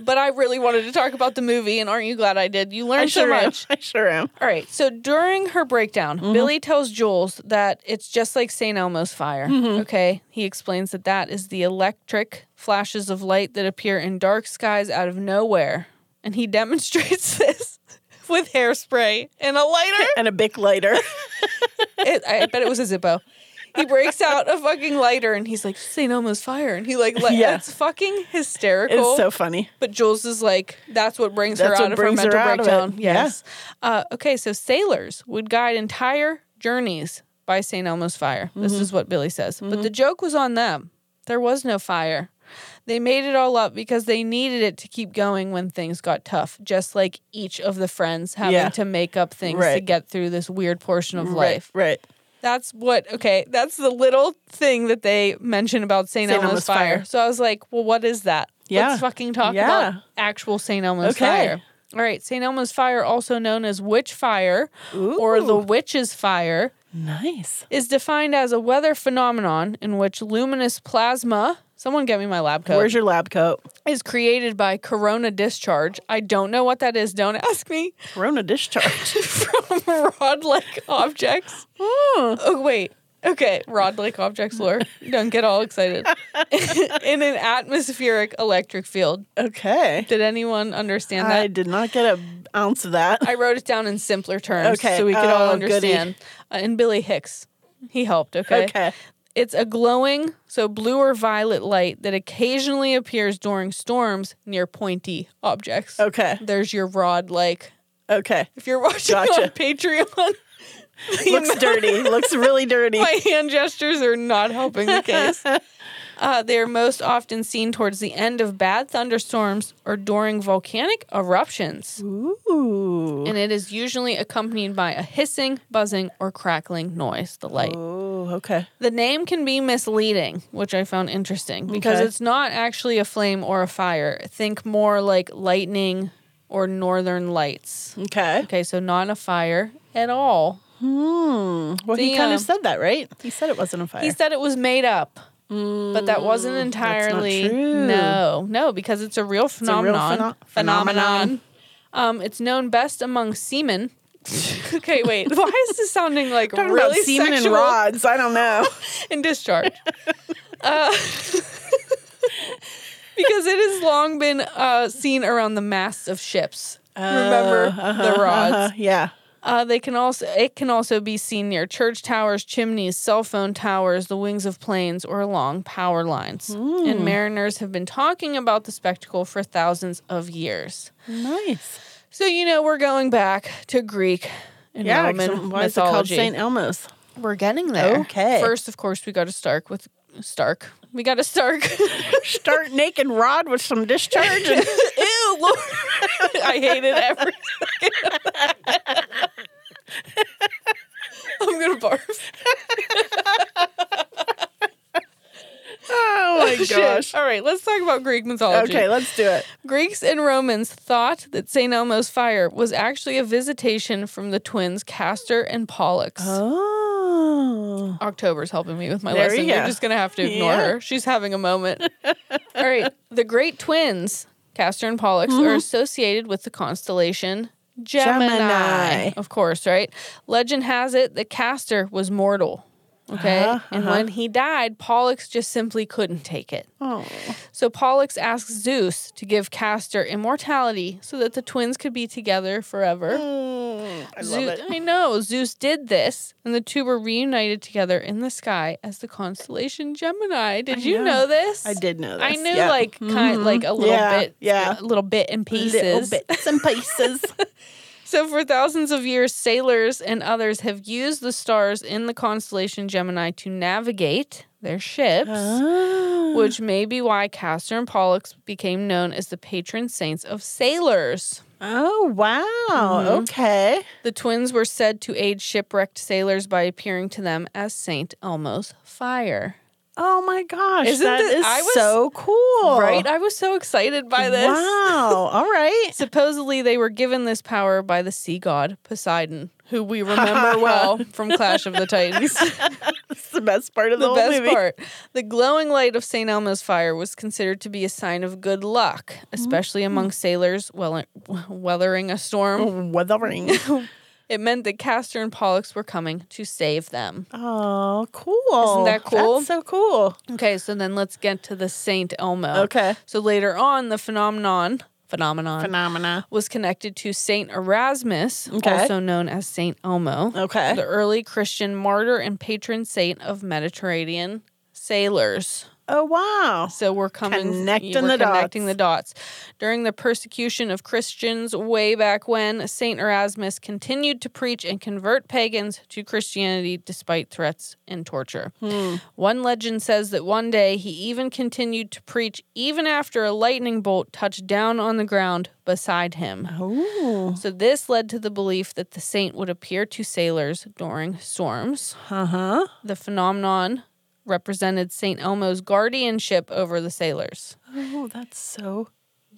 But I really wanted to talk about the movie, and aren't you glad I did? You I learned so sure am. much. I sure am. All right. So during her breakdown, Mm-hmm. Billy tells Jules that it's just like St. Elmo's fire. Mm-hmm. Okay. He explains that that is the electric flashes of light that appear in dark skies out of nowhere. And he demonstrates this with hairspray and a lighter. And a bic lighter. It, I bet it was a Zippo. He breaks out a fucking lighter and he's like, St. Elmo's fire. And he like, li- Yeah. it's fucking hysterical. it's so funny. But Jules is like, that's what brings her That's out what of her brings her mental out of it. breakdown. Yeah. Yes. Uh, okay, so sailors would guide entire journeys by St. Elmo's fire. This Mm-hmm. is what Billy says. But the joke was on them. There was no fire. They made it all up because they needed it to keep going when things got tough, just like each of the friends having Yeah. to make up things to Right. get through this weird portion of life. Right. That's what okay. That's the little thing that they mention about Saint, St. Elmo's, Elmo's fire. fire. So I was like, well, what is that? Yeah. Let's fucking talk Yeah. about actual Saint Elmo's Okay. fire. All right, Saint Elmo's fire, also known as witch fire or the Ooh. witch's fire, Nice. is defined as a weather phenomenon in which luminous plasma. Someone get me my lab coat. Where's your lab coat? is created by corona discharge. I don't know what that is. Don't ask me. Corona discharge. from rod-like objects. Oh wait. Okay, rod-like objects lore. Don't get all excited. In an atmospheric electric field. okay. Did anyone understand I that? did not get a ounce of that. I, wrote it down in simpler terms Okay. so we could all Oh, goody. understand. Uh, and Billy Hicks, he helped, okay? Okay. It's a glowing, so blue or violet light that occasionally appears during storms near pointy objects. Okay. There's your rod-like. Okay. If you're watching Gotcha. on Patreon, Looks dirty. Looks really dirty. my hand gestures are not helping the case. Uh, they are most often seen towards the end of bad thunderstorms or during volcanic eruptions. Ooh. And it is usually accompanied by a hissing, buzzing, or crackling noise, the light. Oh, okay. The name can be misleading, which I found interesting because Okay. it's not actually a flame or a fire. Think more like lightning or northern lights. Okay. Okay, so not a fire at all. Hmm. Well, he The, kind um, of said that, right? He said it wasn't a fire. He said it was made up, but that wasn't entirely Mm, true. no, no, because it's a real a real phenomenon. pheno- phenomenon. Um, it's known best among seamen. okay, wait. Why is this sounding like Talking really about semen sexual and rods. I don't know. and discharge? uh, because it has long been uh, seen around the masts of ships. Remember Uh, the uh-huh, rods. uh-huh, yeah. Uh, they can also it can also be seen near church towers, chimneys, cell phone towers, the wings of planes, or along power lines. Hmm. And mariners have been talking about the spectacle for thousands of years. Nice. So you know we're going back to Greek and Yeah. 'cause Roman why is it called mythology. St. Elmo's? we're getting there. Okay. First, of course, we got to Stark with Stark. We got to Stark. Start naked rod with some discharge. And- Ew, Lord. I hated every second. I'm gonna barf. oh my Shit. gosh. All right, let's talk about Greek mythology. Okay, let's do it. Greeks and Romans thought that St. Elmo's fire was actually a visitation from the twins Castor and Pollux. Oh. October's helping me with my There lesson. you You're go. just going to have to ignore Yeah. her. She's having a moment. All right. The great twins, Castor and Pollux, are associated with the constellation Gemini, Mm-hmm. Gemini. Of course, right? Legend has it that Castor was mortal. Okay. Uh-huh, And uh-huh. when he died, Pollux just simply couldn't take it. Oh. So Pollux asks Zeus to give Castor immortality so that the twins could be together forever. Hmm. Mm, I love Zeus, it. I know. Zeus did this, and the two were reunited together in the sky as the constellation Gemini. Did you know, know. this? I did know this. I knew yeah. Hmm. Mm-hmm. like kind like a little Yeah, bit, yeah. a little bit in pieces. Little bits and pieces. So, for thousands of years, sailors and others have used the stars in the constellation Gemini to navigate their ships, which may be why Castor and Pollux became known as the patron saints of sailors. Oh, wow. Okay. The twins were said to aid shipwrecked sailors by appearing to them as Saint Elmo's fire. Oh my gosh. Isn't that this- is I was- so cool. Right? I was so excited by this. Wow. All right. Supposedly, they were given this power by the sea god Poseidon, who we remember well from Clash of the Titans. That's the best part of the, the whole best movie. part. The glowing light of St. Elmo's fire was considered to be a sign of good luck, Mm-hmm. especially among sailors well, uh, weathering a Oh. storm. Weathering. It meant that Castor and Pollux were coming to save them. Oh, cool. Isn't that cool? That's so cool. Okay, so then let's get to the St. Elmo. Okay. So later on, the phenomenon. Phenomenon. Phenomena. was connected to Saint Erasmus, Okay. also known as Saint Elmo, Okay. the early Christian martyr and patron saint of Mediterranean sailors. Oh, wow. So we're coming Connecting the we're connecting the dots. During the persecution of Christians way back when, Saint Erasmus continued to preach and convert pagans to Christianity despite threats and torture. Hmm. One legend says that one day he even continued to preach even after a lightning bolt touched down on the ground beside him. Oh. Ooh. So this led to the belief that the saint would appear to sailors during storms. Uh huh. The phenomenon represented St. Elmo's guardianship over the sailors. Oh, that's so.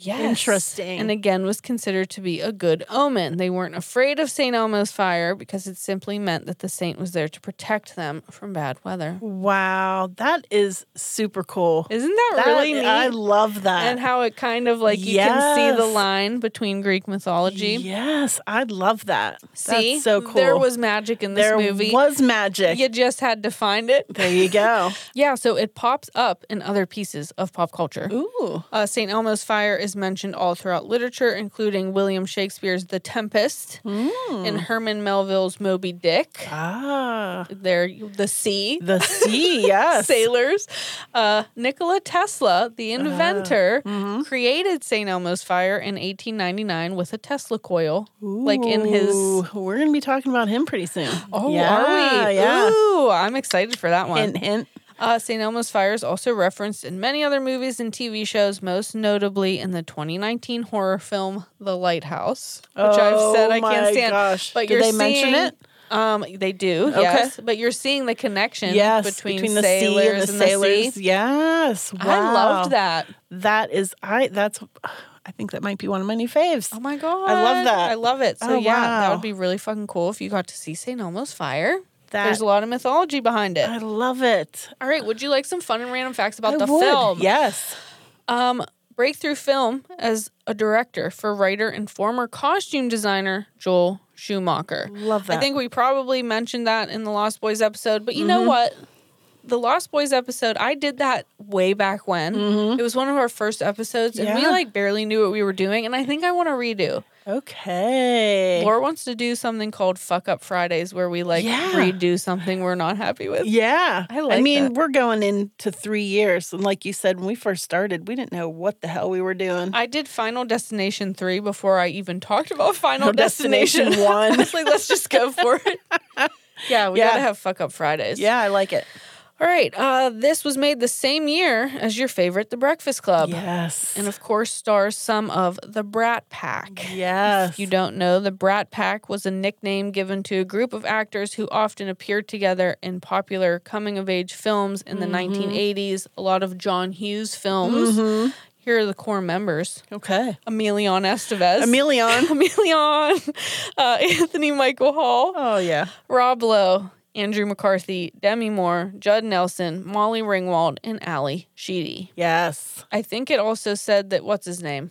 Yes. Interesting. And again was considered to be a good omen. They weren't afraid of St. Elmo's fire because it simply meant that the saint was there to protect them from bad weather. Wow. That is super cool. Isn't that, That- really neat? I love that. and how it kind of like you can see the Yes. line between Greek mythology. Yes, I love that. See, that's so cool. There was magic in this There movie. was magic. You just had to find it. There you go. Yeah, so it pops up in other pieces of pop culture. Ooh. Uh, St. Elmo's Fire is mentioned all throughout literature, including William Shakespeare's The Tempest and Herman Melville's Moby Dick. Hmm. Ah. They're the sea, The sea, yes. sailors. Uh, Nikola Tesla, the Uh-huh. inventor, Mm-hmm. created St. Elmo's Fire in 1899 with a Tesla coil, like in his. Ooh, We're going to be talking about him pretty soon. Oh, Yeah, are we? Yeah. Ooh, I'm excited for that one. Hint, hint. Uh, St. Elmo's Fire is also referenced in many other movies and TV shows, most notably in the 2019 horror film The Lighthouse, which I've said Oh I can't my stand. gosh. But Did you're they mention seeing- it? Um, they do. Okay. Yes, but you're seeing the connection Yes. between, the sailors sea and the sailors. sea. Yes. Wow. I loved that. That is, I, that's, I think that might be one of my new faves. Oh my god, that. I love it. So Oh, yeah, that wow. would be really fucking cool if you got to see St. Elmo's Fire. That- There's a lot of mythology behind it. I love it. All right, would you like some fun and random facts about I the would. film? Yes. Um, breakthrough film as a director for writer and former costume designer Joel Schumacher. Love that. I think we probably mentioned that in the Lost Boys episode, but you Mm-hmm. know what? The Lost Boys episode, I did that way back when. It was one of our first episodes, and we Mm-hmm. Yeah. like barely knew what we were doing. And I think I want to redo. Okay. Laura wants to do something called Fuck Up Fridays, where we like Yeah. redo something we're not happy with. Yeah. I like mean, that. we're going into three years. And like you said, when we first started, we didn't know what the hell we were doing. I did Final Destination 3 before I even talked about Final No, Destination, Destination 1. one. Honestly, let's just go for it. Yeah, we Yeah. gotta have fuck up Fridays. yeah, I like it. All right. Uh, this was made the same year as your favorite, The Breakfast Club. Yes. And of course, stars some of the Brat Pack. yes. If you don't know, the Brat Pack was a nickname given to a group of actors who often appeared together in popular coming of age films in the 1980s, a lot of John Hughes films. Here are the core members okay. Emilion Estevez. Emilion. Emilion, uh, Anthony Michael Hall, oh, yeah. Rob Lowe, Andrew McCarthy, Demi Moore, Judd Nelson, Molly Ringwald, and Ali Sheedy. Yes. I think it also said that what's his name,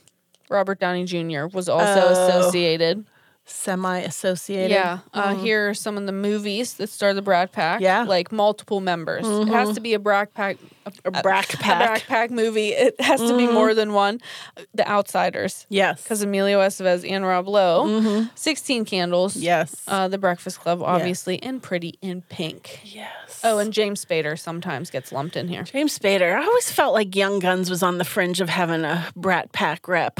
Robert Downey Jr. was also Oh. associated. Semi associated. Yeah, uh, here are some of the movies that star the Brad Pack. Uh-huh. Yeah. like multiple members. It has to be a Brad Pack. A, A brack a pack. Mm-hmm. Brad Pack movie. It has to be more than one. The Outsiders, Yes. because Emilio Estevez and Rob Lowe. Sixteen Candles. Mm-hmm. Yes. Uh, the Breakfast Club, obviously, and Pretty in Pink. yes. Oh, and James Spader sometimes gets lumped in here. James Spader. I always felt like Young Guns was on the fringe of having a brat pack rep.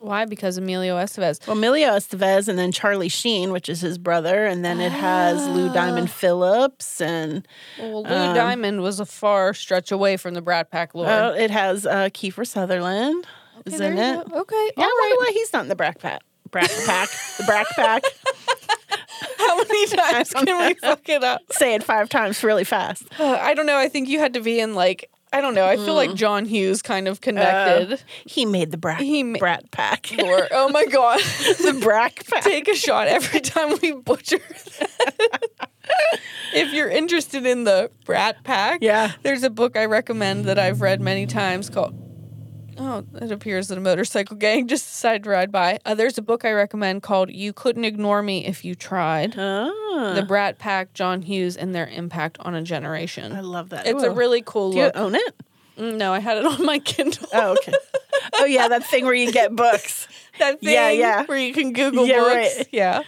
Why? Because Emilio Estevez. Well, Emilio Estevez and then Charlie Sheen, which is his brother, and then it has Lou Ah. Diamond Phillips and Well, Lou Diamond was a far stretch away from the Brat Pack lore. oh, it has uh, Kiefer Sutherland is There in you it. go. Okay. Yeah, all I wonder right. why he's not in the Brack Pack. Brack Pack. the Brack Pack. How many times can we fuck it up? Say it five times really fast. Uh, I don't know. I think you had to be in like I don't know. I feel like John Hughes kind of connected. He made the Brack He ma- Brat Pack. lore. Oh my god. the Brack Pack. Take a shot every time we butcher that. if you're interested in the Brat Pack, Yeah. there's a book I recommend that I've read many times called. Oh, it appears that a motorcycle gang just decided to ride by. Uh, there's a book I recommend called "You Couldn't Ignore Me If You Tried." Ah, The Brat Pack, John Hughes, and their impact on a generation. I love that. It's a Ooh. really cool Do you look. own it? Mm, No, I had it on my Kindle. Oh, okay. oh, yeah, that thing where you get books. that thing Yeah, yeah. where you can Google Yeah, books. right. Yeah.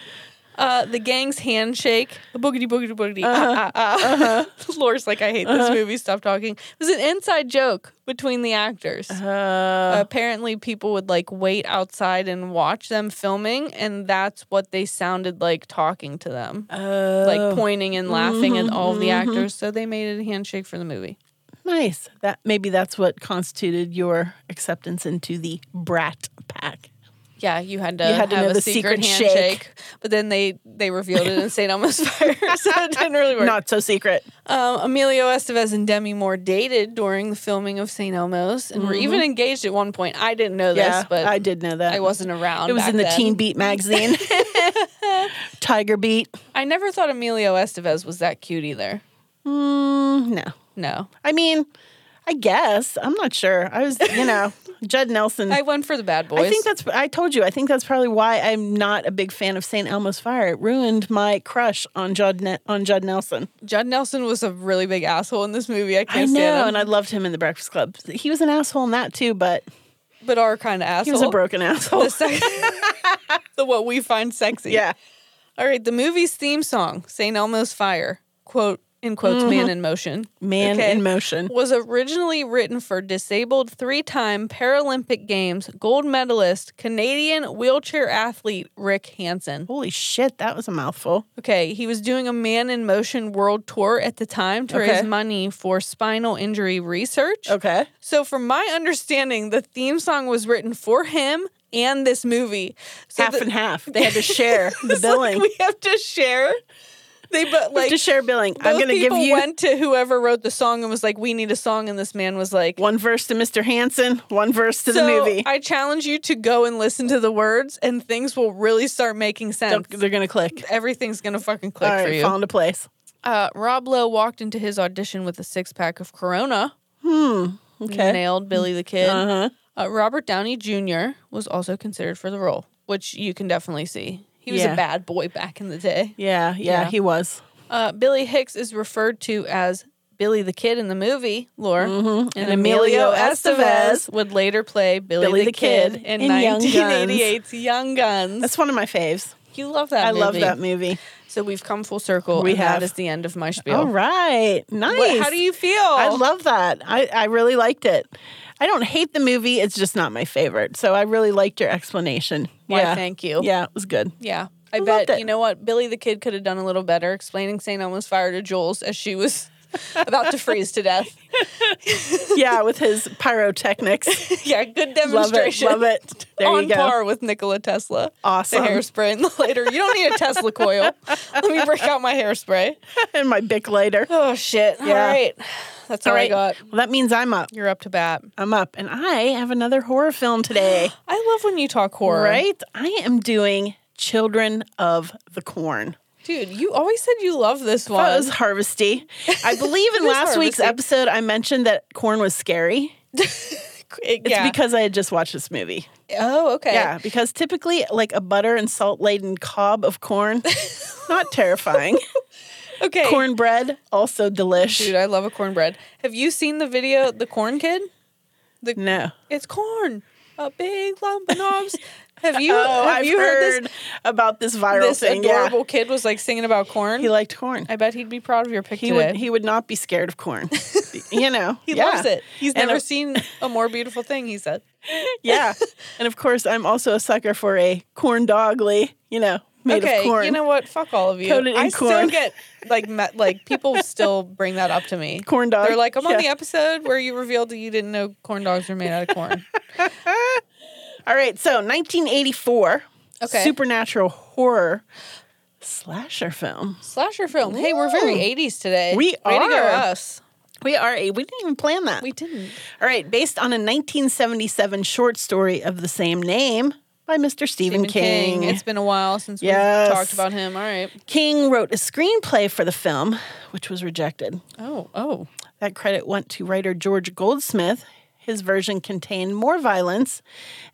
Uh, the gang's handshake. The boogity boogity boogity. Uh-huh. Ah, ah, ah. Laura's like, I hate this movie. Stop talking. It was an inside joke between the actors. Uh, Apparently, people would like wait outside and watch them filming, and that's what they sounded like talking to them, like Oh. pointing and laughing at all of the Mm-hmm. actors. So they made it a handshake for the movie. nice. That maybe that's what constituted your acceptance into the Brat Pack. Yeah, you had to You had to have know a the secret secret, shake. handshake, but then they they revealed it in St. Elmo's Fire, so it didn't really work. Not so secret. Um, Emilio Estevez and Demi Moore dated during the filming of St. Elmo's, and were even engaged at one point. I didn't know this, yeah, but I did know that. Mm-hmm. I wasn't around. It was back in the then. Teen Beat magazine. Tiger Beat. I never thought Emilio Estevez was that cute either. Mm, no. No, I mean, I guess. I'm not sure. I was, you know, Judd Nelson. I I, went for the bad boys. think that's, I told you, I think that's probably why I'm not a big fan of St. Elmo's Fire. It ruined my crush on Judd, ne- on Judd Nelson. Judd Nelson was a really big asshole in this movie. I I can't stand know, him, and I loved him in The Breakfast Club. He was an asshole in that too, but but our kind of he asshole. was a broken asshole. The, sec- the what we find sexy. Yeah. All right, the movie's theme song, St. Elmo's Fire, quote, in quotes, Man in Motion. Mm-hmm. Man okay, in motion. Was originally written for disabled three time Paralympic Games gold medalist, Canadian wheelchair athlete Rick Hansen. Holy shit, that was a mouthful. Okay, he was doing a Man in Motion world tour at the time to Okay. raise money for spinal injury research. Okay. So, from my understanding, the theme song was written for him and this movie. So half the- and half. They had to share the It's like billing. we have to share. They but We have like to share billing. I'm both going to give people you went to whoever wrote the song and was like, "We need a song," and this man was like. one verse to Mr. Hanson, one verse to so the movie. I challenge you to go and listen to the words, and things will really start making They'll- sense. Oh, they're going to click. Everything's gonna fucking click All right, for you. fall into place. Uh, Rob Lowe walked into his audition with a six pack of Corona, Okay. nailed Billy the Kid. Uh-huh. Uh, Robert Downey Jr. was also considered for the role, which you can definitely see. He was Yeah. a bad boy back in the day. Yeah, yeah, Yeah. he was. Uh, Billy Hicks is referred to as Billy the Kid in the movie, Lore. Mm-hmm. And Emilio Estevez would later play Billy, the, Kid, in, in Young Guns. 1988's Young Guns. That's one of my faves. you love that I movie. love that movie. So we've come full circle. We and have. That is the end of my spiel. All right. Nice. What- how do you feel? I love that. I, I really liked it. I don't hate the movie. It's just not my favorite. So I really liked your explanation. Why, yeah. thank you. Yeah, it was good. Yeah. I, loved bet, it. you know what? Billy the Kid could have done a little better explaining St. Elmo's Fire to Jules as she was about to freeze to death. yeah, with his pyrotechnics. yeah, love good it. demonstration. Love it. There on you go. par with Nikola Tesla. Awesome. The hairspray and the lighter. You don't need a Tesla coil. Let me break out my hairspray. and my bic lighter. Oh shit. Yeah. All right. That's all, I got. Well, that means I'm up. You're up to bat. I'm up, and I have another horror film today. I love when you talk horror. right? I am doing Children of the Corn. Dude, you always said you love this one. That was harvesty. I believe in It is last week's harvesty. episode I mentioned that corn was scary. It- It's because I had just watched this movie. Oh, okay. Yeah, because typically like a butter and salt laden cob of corn, not terrifying. Okay. Cornbread also delish. Dude, I love a cornbread. Have you seen the video, The Corn Kid? no. It's corn. A big lump of knobs. Have you Oh, have I've you heard, heard, this? about this viral This thing. adorable kid was like singing about corn. yeah. He liked corn. I bet he'd be proud of your pick He today. would he would not be scared of corn. you know. He yeah. loves it. He's And never a- seen a more beautiful thing. He said. Yeah. and of course I'm also a sucker for a corn dogly, you know, made okay, of corn. you know what? Fuck all of you. Coated in I still corn. get like me- like people still bring that up to me. corn dog. They're like, I'm on yeah. the episode where you revealed that you didn't know corn dogs were made out of corn. All right, so 1984. Okay. Supernatural horror slasher film. Slasher film. Hey, we're very Ooh. 80s today. We Way to go, are. us. We are a we didn't even plan that. We didn't. All right, based on a 1977 short story of the same name by Mr. Stephen, Stephen King. King. It's been a while since Yes. we've talked about him. All right. King wrote a screenplay for the film, which was rejected. Oh, oh. That credit went to writer George Goldsmith. His version contained more violence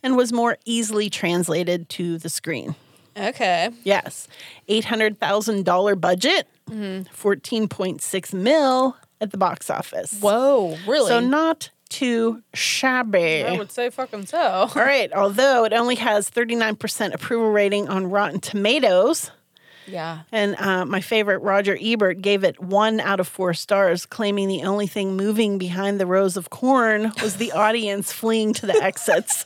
and was more easily translated to the screen. Okay. Yes. $800,000 budget, Mm-hmm. 14.6 mil at the box office. Whoa, really? So not too shabby. I would say fucking so. All right, although it only has 39% approval rating on Rotten Tomatoes, Yeah. and uh, my favorite, Roger Ebert, gave it one out of four stars, claiming the only thing moving behind the rows of corn was the audience fleeing to the exits.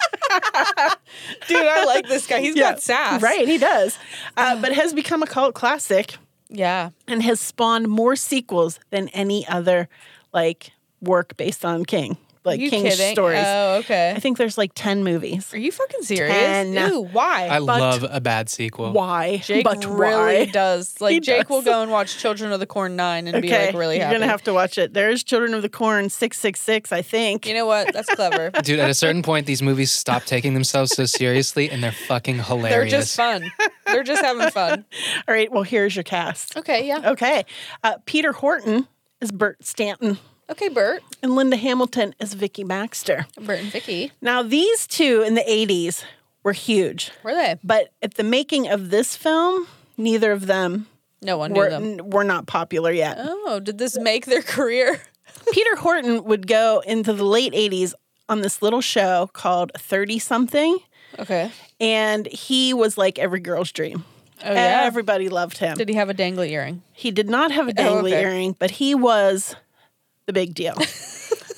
Dude, I like this guy. He's got sass. Right, he does. Uh, but has become a cult classic Yeah. and has spawned more sequels than any other like work based on King, like you King's kidding? stories. Oh, okay. I think there's like 10 movies. Are you fucking serious? Ten. Ew, why? I But- love a bad sequel. Why? Jake but why? really does. Like Jake does. will go and watch Children of the Corn Nine and be like really happy. You're gonna have to watch it. There's Children of the Corn six six six, I think. you know what? That's clever. Dude, at a certain point, these movies stop taking themselves so seriously and they're fucking They're hilarious. just fun. They're just having fun. All right, well here's your cast. Okay, yeah. Okay, uh, Peter Horton is Bert Stanton, Okay, Bert. and Linda Hamilton is Vicky Baxter. Bert and Vicky. Now these two in the '80s were huge, Were they? but at the making of this film, neither of them No one were knew them. n- were not popular yet. Oh, did this make their career? Peter Horton would go into the late '80s on this little show called Thirty Something, Okay. and he was like every girl's dream. Oh yeah. Everybody loved him. did he have a dangly earring? He did not have a dangly Oh, okay. earring, but he was the big deal.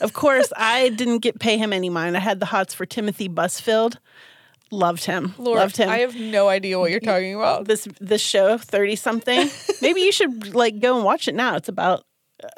of course, I didn't get pay him any mind. I had the hots for Timothy Busfield. Loved him. Lord, Loved him. I have no idea what you're talking about. this this show, 30 something. Maybe you should like go and watch it now. It's about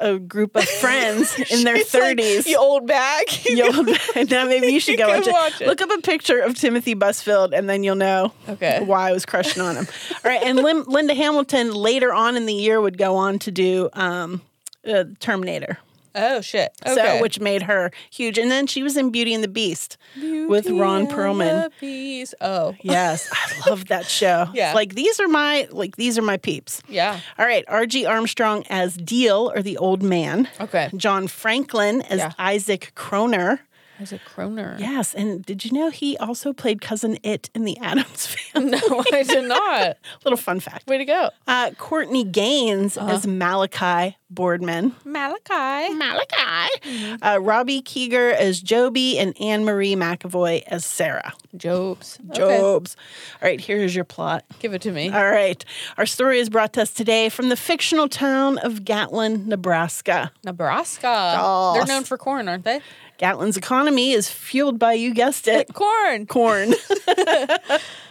a group of friends in their It's like, 30s. you old bag. You'll- now maybe you should go can watch it. watch it. Look up a picture of Timothy Busfield, and then you'll know Okay. why I was crushing on him. All right, and Lin- Linda Hamilton later on in the year would go on to do um, uh, Terminator, oh shit. Okay. so which made her huge. And then she was in Beauty and the Beast with Ron Beauty Perlman. and the Beast. Oh. Yes, I love that show. Yeah. like these are my like these are my peeps. Yeah. All right, R.G. Armstrong as Deal or the old man. Okay. John Franklin as Oh. Yeah. Isaac Kroner. As a Croner. Yes, and did you know he also played cousin It in the Adams Family? No, I did not. Little fun fact. Way to go. Uh, Courtney Gaines as Malachi Boardman. Malachi. Malachi. Uh, Robbie Keeger as Joby and Anne Marie McAvoy as Sarah. Jobs. Okay. Jobs. All right, here is your plot. Give it to me. All right, our story is brought to us today from the fictional town of Gatlin, Nebraska. Nebraska. Yes. They're known for corn, aren't they? Gatlin's economy is fueled by, you guessed it, Corn. corn.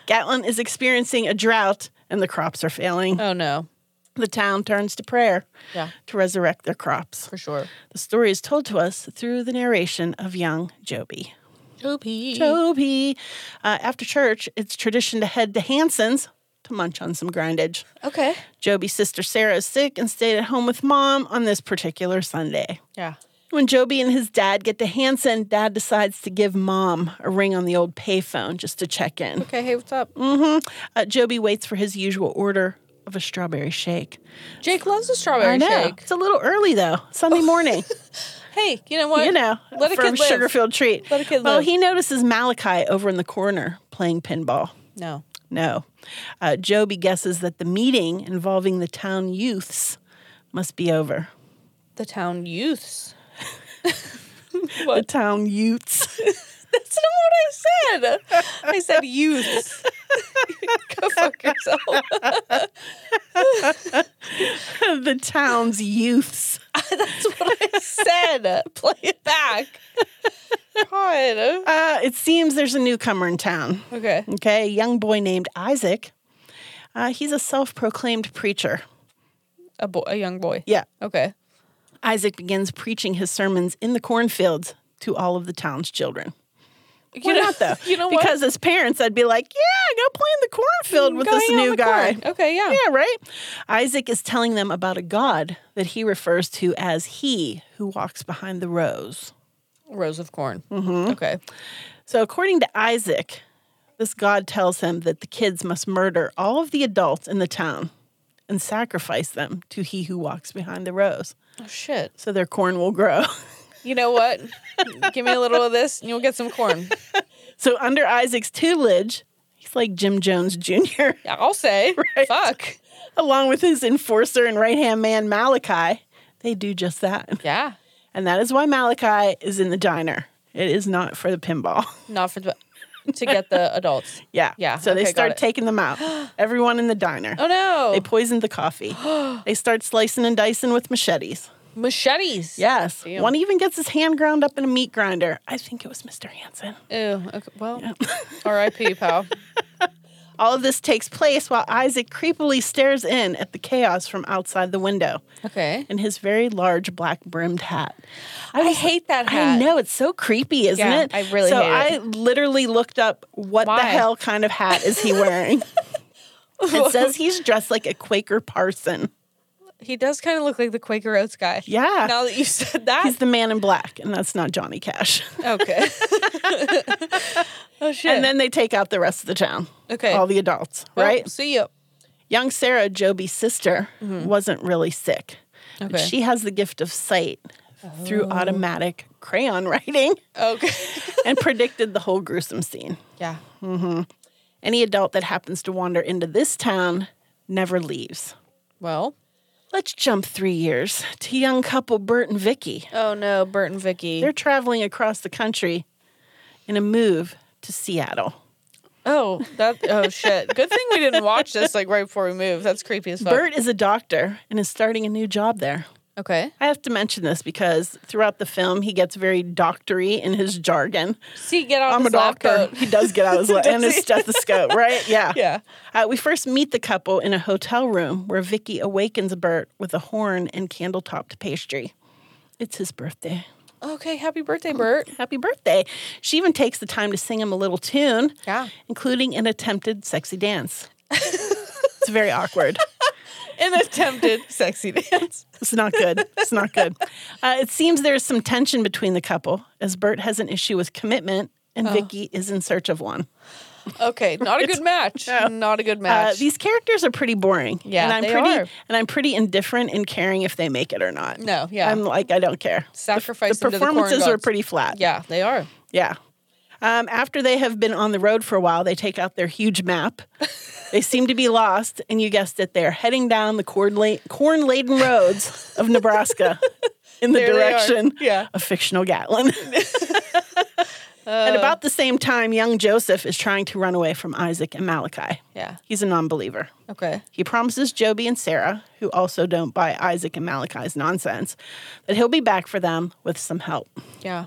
Gatlin is experiencing a drought and the crops are failing. Oh no. The town turns to prayer Yeah, to resurrect their crops. for sure. The story is told to us through the narration of young Joby. Joby. Joby! Uh, after church, it's tradition to head to Hanson's to munch on some grindage. Okay. Joby's sister Sarah is sick and stayed at home with mom on this particular Sunday. Yeah. When Joby and his dad get to Hanson, dad decides to give mom a ring on the old payphone just to check in. Okay. Hey, what's up? Uh, Joby waits for his usual order of a strawberry shake. Jake loves a strawberry shake. It's a little early though, Sunday morning. Hey, you know what? you know, Let a for kid live. sugar filled treat. Let a kid well, live. he notices Malachi over in the corner playing pinball. No. No. Uh, Joby guesses that the meeting involving the town youths must be over. The town youths. The town youths. That's not what I said. I said youths. Go fuck yourself. the town's youths. That's what I said. Play it back. God. Uh, it seems there's a newcomer in town. Okay. Okay, a young boy named Isaac. Uh, he's a self proclaimed preacher. A boy, a young boy. Yeah. Okay. Isaac begins preaching his sermons in the cornfields to all of the town's children. You Why not though? You know what? Because as parents, I'd be like, yeah, go play in the cornfield with Go this hang out new in the guy. corn. Okay. Yeah. Yeah, right? Isaac is telling them about a God that he refers to as He who walks behind the rows. Rows of corn. Mm-hmm. Okay. So, according to Isaac, this God tells him that the kids must murder all of the adults in the town and sacrifice them to He who walks behind the rows Oh shit. so their corn will grow. You know what? Give me a little of this, and you'll get some corn. so, under Isaac's tutelage, he's like Jim Jones Jr., Yeah, I'll say. Fuck. along with his enforcer and right hand man, Malachi. They do just that. Yeah. And that is why Malachi is in the diner. It is not for the pinball. Not for the, to get the adults. Yeah. Yeah, So they okay, got start it. taking them out. Everyone in the diner. Oh no. They poisoned the coffee. they start slicing and dicing with machetes. Machetes. Yes. Damn. One even gets his hand ground up in a meat grinder. I think it was Mr. Hansen. Ew. Okay. Well, R.I.P. pal. All of this takes place while Isaac creepily stares in at the chaos from outside the window Okay. in his very large black brimmed hat. I was- hate that I hat. know it's so creepy, isn't Yeah, it? I really So hate I literally looked up what the Why? hell kind of hat is he wearing. it says he's dressed like a Quaker parson. He does kind of look like the Quaker Oats guy. Yeah. Now that you said that. He's the man in black, and that's not Johnny Cash. okay. oh shit. And then they take out the rest of the town. Okay. All the adults, Well, right? See you. Young Sarah, Joby's sister, wasn't really sick. But Mm-hmm. Okay. Oh. she has the gift of sight through automatic crayon writing Okay. and predicted the whole gruesome scene. yeah. Any adult that happens to wander into this town never leaves. Well. Let's jump three years to young couple Bert and Vicky. Oh no, Bert and Vicky. They're traveling across the country in a move to Seattle. oh, that. Oh shit. Good thing we didn't watch this like right before we moved. That's creepy as fuck. Bert is a doctor and is starting a new job there. Okay. I have to mention this because throughout the film, he gets very doctory in his jargon. See, get out. I'm a this lab doctor. coat. He does get out his lab and his stethoscope, right? Yeah. Yeah. Uh, we first meet the couple in a hotel room where Vicky awakens Bert with a horn and candle topped pastry. It's his birthday. Okay. Happy birthday, Bert. Happy birthday. She even takes the time to sing him a little tune, Yeah. including an attempted sexy dance. it's very awkward. An attempted sexy dance. It's not good. It's not good. Uh, it seems there's some tension between the couple as Bert has an issue with commitment and Oh. Vicky is in search of one. Okay. Not a good match. Not a good Uh, match. these characters are pretty boring. Yeah, and I'm they pretty are. and I'm pretty indifferent in caring if they make it or not. No, yeah. I'm like I don't care. Sacrifice the them to the corn performances are gods. pretty flat. yeah, they are. Yeah. Um, after they have been on the road for a while, they take out their huge map. they seem to be lost, and you guessed it, they're heading down the corn la- laden roads of Nebraska in the There they are. direction Yeah. of fictional Gatlin. At Uh. about the same time, young Joseph is trying to run away from Isaac and Malachi. Yeah. He's a non believer. Okay. He promises Joby and Sarah, who also don't buy Isaac and Malachi's nonsense, that he'll be back for them with some help Yeah.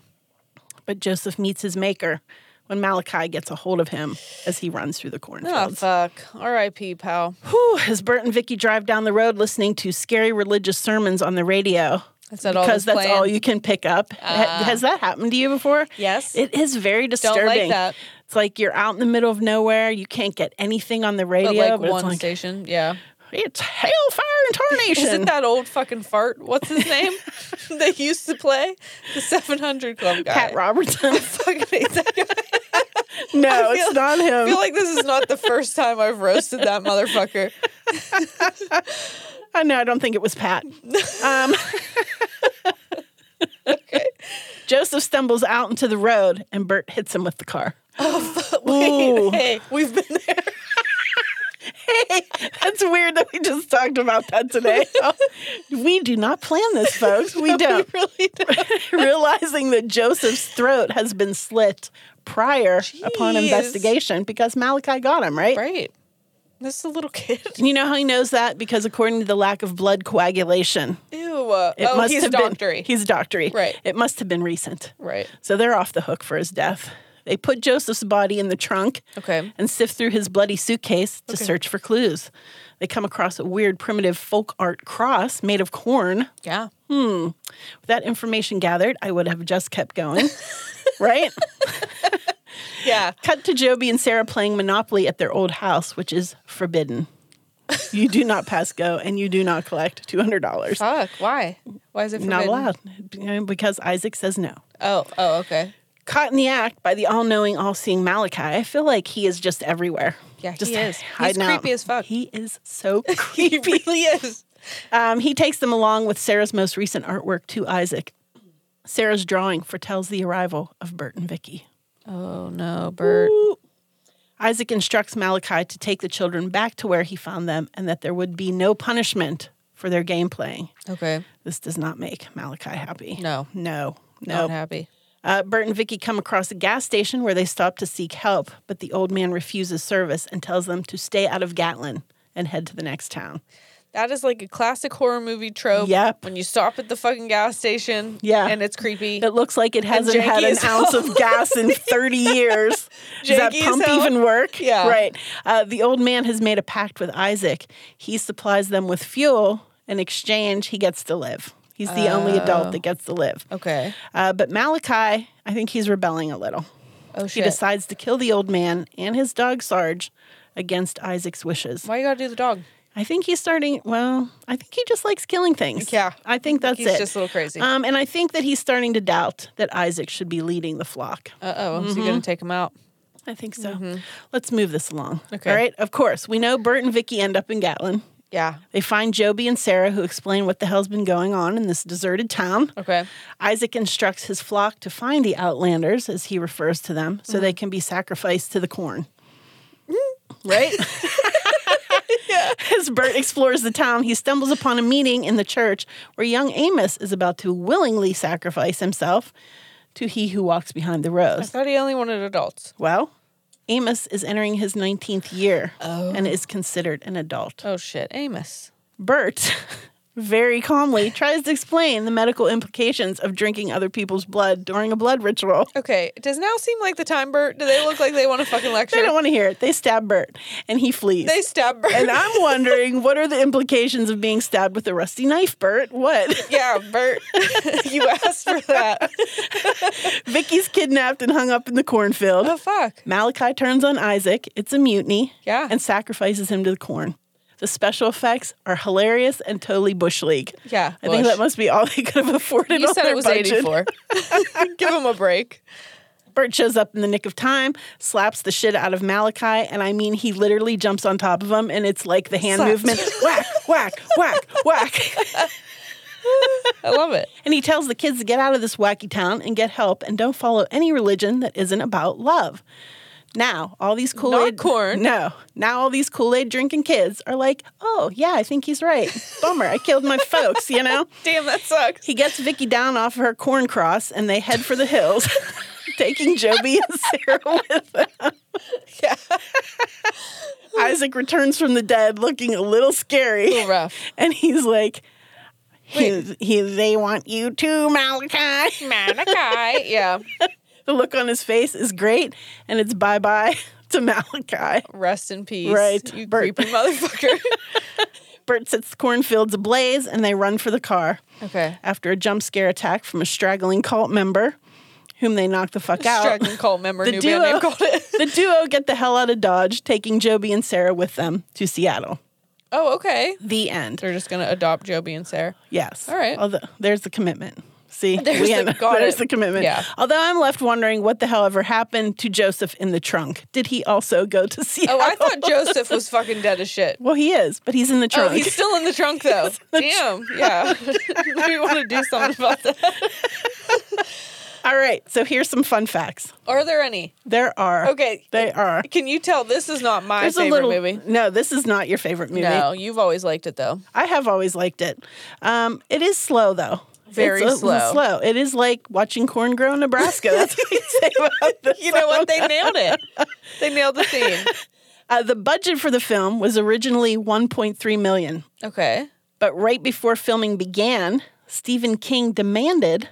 but Joseph meets his maker when Malachi gets a hold of him as he runs through the Oh cornfields. fuck. R.I.P. Pal. Whew, as Bert and Vicky drive down the road listening to scary religious sermons on the radio. That's that all Because that's that's all playing? you can pick up. Ha- Has that happened to you before? Yes. It is very like disturbing. that. It's like you're out in the middle of nowhere. You can't get anything on the But radio. like but one it's like, station, yeah. it's hellfire and tornation. Isn't that old fucking fart? What's his name? they used to play the Seven Hundred Club guy. Pat Robertson? Fucking hate that guy. no, I feel- it's not him. I feel like this is not the first time I've roasted that motherfucker. I know. I don't think it was Pat. Um, Okay. Joseph stumbles out into the road, and Bert hits him with the car. Wait, Ooh. hey, we've been there. Hey, that's weird that we just talked about that today. we do not plan this, folks. We don't. really don't. Realizing that Joseph's throat has been slit prior upon Jeez. investigation because Malachi got him, right? Right. This is a little kid. And you know how he knows that? Because according to the lack of blood coagulation, Ew. uh, it oh, must he's have been doctory. He's doctory. Right. It must have been recent. right. So they're off the hook for his death. They put Joseph's body in the trunk Okay. and sift through his bloody suitcase to search for clues. They come across a weird primitive folk art cross made of corn. Yeah. With that information gathered, I would have just kept going. right? Yeah. Cut to Joby and Sarah playing Monopoly at their old house, which is forbidden. You do not pass go and you do not collect $200. Fuck. Why? Why is it Not forbidden? allowed because Isaac says no. Oh. Oh. Okay. caught in the act by the all-knowing, all-seeing Malachi. I feel like he is just everywhere. Yeah, just he is. He's hiding out. creepy as fuck. He is so He creepy. really is. um, he takes them along with Sarah's most recent artwork to Isaac. Sarah's drawing foretells the arrival of Bert and Vicky. Oh no, Bert. Isaac instructs Malachi to take the children back to where he found them, and that there would be no punishment for their game playing. Okay. This does not make Malachi happy. No. no, Not no. happy. Uh, Bert and Vicky come across a gas station where they stop to seek help, but the old man refuses service and tells them to stay out of Gatlin and head to the next town. That is like a classic horror movie trope. Yep. When you stop at the fucking gas station. Yeah. And it's creepy. It looks like it hasn't janky had an as ounce of gas in 30 years. Does that Janky as pump hell. even work? Yeah. Right. Uh, the old man has made a pact with Isaac. He supplies them with fuel. In exchange, he gets to live. He's the only adult that gets to live. Okay. Uh, but Malachi, I think he's rebelling a little. Oh He shit. decides to kill the old man and his dog Sarge against Isaac's wishes. Why you gotta do the dog? I think he's starting. Well, I think he just likes killing things. Yeah. I think that's He's it. just a little crazy. Um, and I think that he's starting to doubt that Isaac should be leading the flock. Uh oh. So you're gonna take him out. I think so. Let's move this along. Mm-hmm. Okay. All right. Of course, we know Bert and Vicky end up in Gatlin. Yeah. They find Joby and Sarah, who explain what the hell's been going on in this deserted town. Okay. Isaac instructs his flock to find the outlanders, as he refers to them, so they can be sacrificed to the corn. Right? As Bert explores the town, he stumbles upon a meeting in the church where young Amos is about to willingly sacrifice himself to he who walks behind the I rose. thought he only wanted adults. Well, Amos is entering his 19th year and is considered an adult. Oh shit. Amos. Bert very calmly tries to explain the medical implications of drinking other people's blood during a blood ritual. Okay. Does now seem like the time, Bert? Do they look like they want to fucking lecture? They don't want to hear it. They stab Bert and he flees. They stab Bert. and I'm wondering, what are the implications of being stabbed with a rusty knife, Bert? What? yeah, Bert. you asked for that. Vicky's kidnapped and hung up in the cornfield. Oh fuck. Malachi turns on Isaac. It's a mutiny. Yeah. And sacrifices him to the corn. The special effects are hilarious and totally bush league. Yeah, I think bush. that must be all they could have afforded. You on said their it was budget. 84. Give him a break. Bert shows up in the nick of time, slaps the shit out of Malachi, and I mean, he literally jumps on top of him, and it's like the hand Slap. movement whack, whack, whack, whack. I love it. And he tells the kids to get out of this wacky town and get help and don't follow any religion that isn't about love. Now, all these Kool Aid. corn. No. Now, all these Kool Aid drinking kids are like, oh, yeah, I think he's right. Bummer. I killed my folks, you know? Damn, that sucks. He gets Vicky down off her corn cross and they head for the hills, taking Joby and Sarah with them. Isaac returns from the dead looking a little scary. Little rough. And he's like, he, he, they want you too, Malachi. Malachi. Yeah. The look on his face is great, and it's bye bye to Malachi. Rest in peace. Right, You Bert. creepy motherfucker. Bert sets the cornfields ablaze, and they run for the car. okay. After a jump scare attack from a straggling cult member, whom they knock the fuck out. Struggling cult member. The new duo- band name called it. the duo get the hell out of Dodge, taking Joby and Sarah with them to Seattle. Oh, okay. The end. They're just going to adopt Joby and Sarah. Yes. All right. Although there's the commitment. See, There's we the- end- got there's it. the commitment. Yeah. Although I'm left wondering what the hell ever happened to Joseph in the trunk. Did he also go to Seattle? Oh, I thought Joseph was fucking dead as shit. Well, he is, but he's in the Oh, trunk. he's still in the trunk though. Damn. Yeah. we want to do something about that. All right. So here's some fun facts. Are there any? There are. Okay. They are. Can you tell this is not my There's a favorite little movie? No, this is not your favorite movie. No, you've always liked it though. I have always liked it. Um, it is slow though. Very It's a- slow. Slow. It is like watching corn grow in Nebraska. That's what you say about this. You know what? They nailed it. They nailed the theme. Uh, the budget for the film was originally 1.3 million, Okay. but right before filming began, Stephen King demanded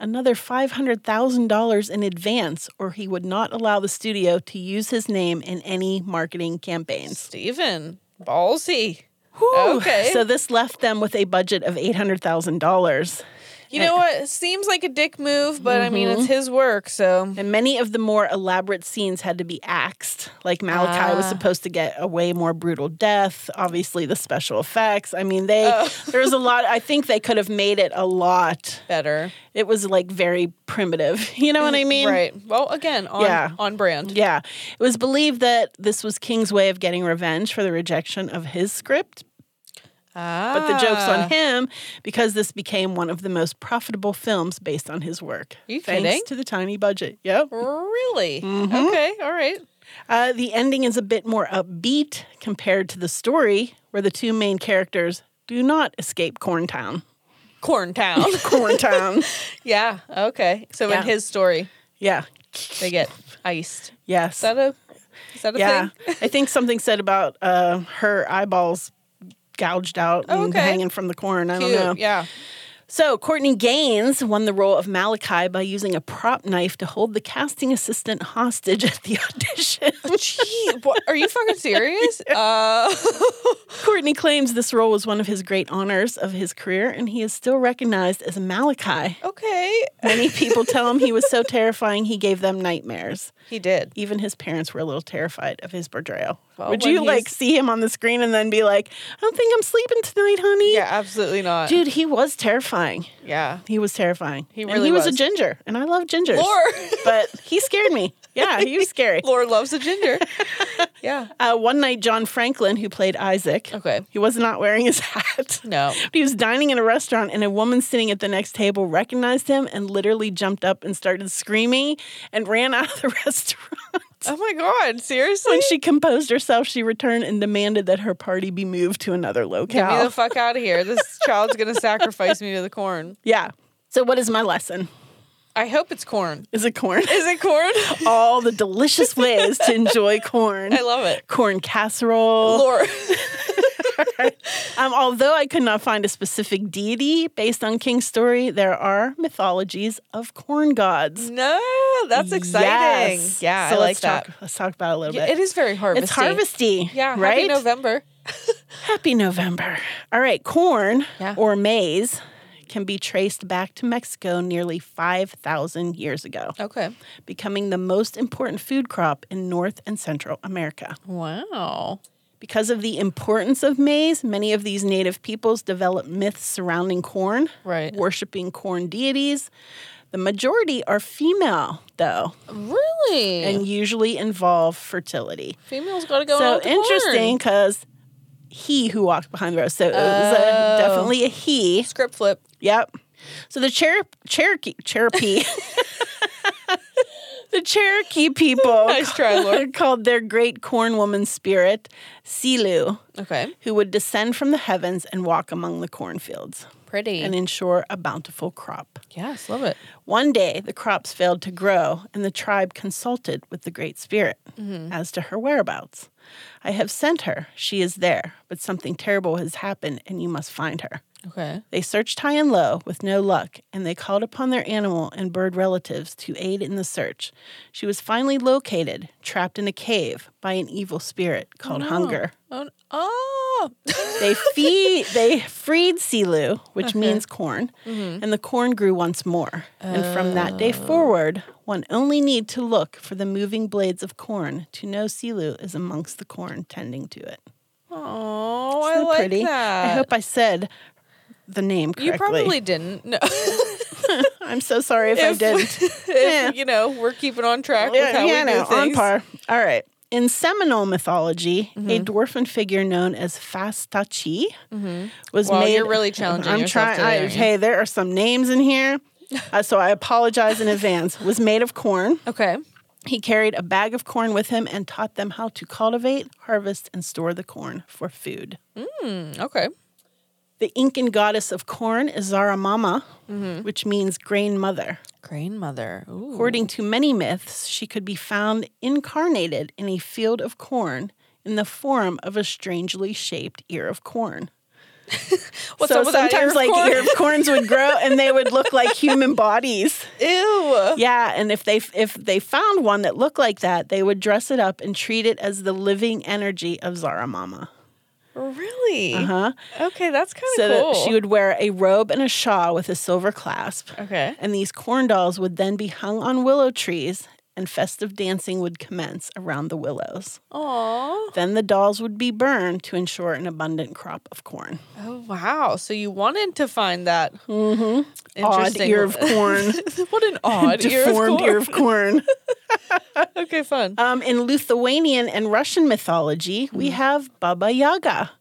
another $500,000 in advance, or he would not allow the studio to use his name in any marketing campaigns. Steven. Ballsy. Whew. Okay. So this left them with a budget of $800,000. You know what? Seems like a dick move, but I mean, it's his work, so. And many of the more elaborate scenes had to be axed. Like Malachi was Ah. supposed to get a way more brutal death. Obviously, the special effects. I mean, they Oh. there was a lot. I think they could have made it a lot. Better. It was like very primitive. You know what I mean? Mm, right. Well, again, on, Yeah. on brand. Yeah. It was believed that this was King's way of getting revenge for the rejection of his script. Ah. But the joke's on him because this became one of the most profitable films based on his work. You thanks kidding? to the tiny budget. Yep. Really? Mm-hmm. Okay, all right. Uh, the ending is a bit more upbeat compared to the story, where the two main characters do not escape Corntown. Corntown. Corntown. yeah, okay. So Yeah. in his story, yeah. they get iced. Yes. Is that a, is that a yeah. thing? I think something said about uh, her eyeballs gouged out Oh, and okay. hanging from the corn. I Cute. don't know. Yeah. So Courtney Gaines won the role of Malachi by using a prop knife to hold the casting assistant hostage at the audition. Oh, Gee, what, are you fucking serious? Uh, Courtney claims this role was one of his great honors of his career, and he is still recognized as Malachi. okay. Many people tell him he was so terrifying he gave them nightmares. He did. Even his parents were a little terrified of his portrayal. Well, Would when you like he's- see him on the screen and then be like, "I don't think I'm sleeping tonight, honey"? Yeah, absolutely not. Dude, he was terrifying. Yeah. He was terrifying. He And really he was. was. a ginger, and I love gingers. Lore. but he scared me. Yeah, he was scary. Lore loves a ginger. yeah. Uh, one night, John Franklin, who played Isaac, Okay. he was not wearing his hat. No. He was dining in a restaurant, and a woman sitting at the next table recognized him and literally jumped up and started screaming and ran out of the restaurant. Oh my God. Seriously? When she composed herself, she returned and demanded that her party be moved to another Get me locale. the fuck out of here. This child's going to sacrifice me to the corn. yeah. So, what is my lesson? I hope it's corn. Is it corn? Is it corn? All the delicious ways to enjoy corn. I love it. corn casserole. Lore. Um, although I could not find a specific deity based on King's story, there are mythologies of corn gods. No, Mm, that's exciting. Yes. Yeah, so I like let's that. Talk, let's talk about it a little Yeah, bit. It is very harvesty. It's harvesty. Yeah, right. happy November. Happy November. All right, corn Yeah. or maize can be traced back to Mexico nearly 5,000 years ago, Okay. becoming the most important food crop in North and Central America. Wow. Because of the importance of maize, many of these native peoples developed myths surrounding corn, Right. worshiping corn deities. The majority are female, though, Really? and usually involve fertility. females got to go. so on with the corn. interesting because he who walked behind the rose. So it was Oh. a, definitely a he. Script flip. Yep. So the Cher- Cherokee, Cherokee, the Cherokee people Nice try, Lord. called their great corn woman spirit Silu, Okay. who would descend from the heavens and walk among the cornfields Pretty. and ensure a bountiful crop. yes, love it. One day, the crops failed to grow, and the tribe consulted with the Great Spirit as to her whereabouts. I have sent her, she is there, but something terrible has happened, and you must find her. Okay. They searched high and low with no luck, and they called upon their animal and bird relatives to aid in the search. She was finally located, trapped in a cave by an evil spirit called hunger. Oh. n- oh. They feed, they freed Silu, which Uh-huh. means corn, Mm-hmm. and the corn grew once more. And from that day Oh. forward, one only need to look for the moving blades of corn to know Silu is amongst the corn tending to it. oh, I Isn't like pretty? that. I hope I said the name correctly. you probably didn't. No. I'm so sorry if, I If- didn't. if, You know, we're keeping on track with how we do no, on things. Mm-hmm. par. All right. In Seminole mythology, a dwarfen figure known as Fastachi was Wow, made. Mm-hmm. you're really challenging I'm trying. yourself I- today, aren't you? Hey, there are some names in here. uh, so I apologize in advance, was made of corn. Okay. He carried a bag of corn with him and taught them how to cultivate, harvest, and store the corn for food. Okay. The Incan goddess of corn is Zaramama, Mm-hmm. which means grain mother. Grain mother. Ooh. According to many myths, she could be found incarnated in a field of corn in the form of a strangely shaped ear of corn. What's so up with that sometimes ear of like corn? ear of corns would grow and they would look like human bodies. Ew. Yeah, and if they if they found one that looked like that, they would dress it up and treat it as the living energy of Zaramama. Really? Uh-huh. Okay, that's kind So of cool. that she would wear a robe and a shawl with a silver clasp. Okay. And these corn dolls would then be hung on willow trees and festive dancing would commence around the willows. Aw. Then the dolls would be burned to ensure an abundant crop of corn. Oh wow. So you wanted to find that Mm-hmm. Odd interesting ear of corn. what an odd ear of Deformed corn. ear of corn. okay, fun. Um, in Lithuanian and Russian mythology, we have Baba Yaga,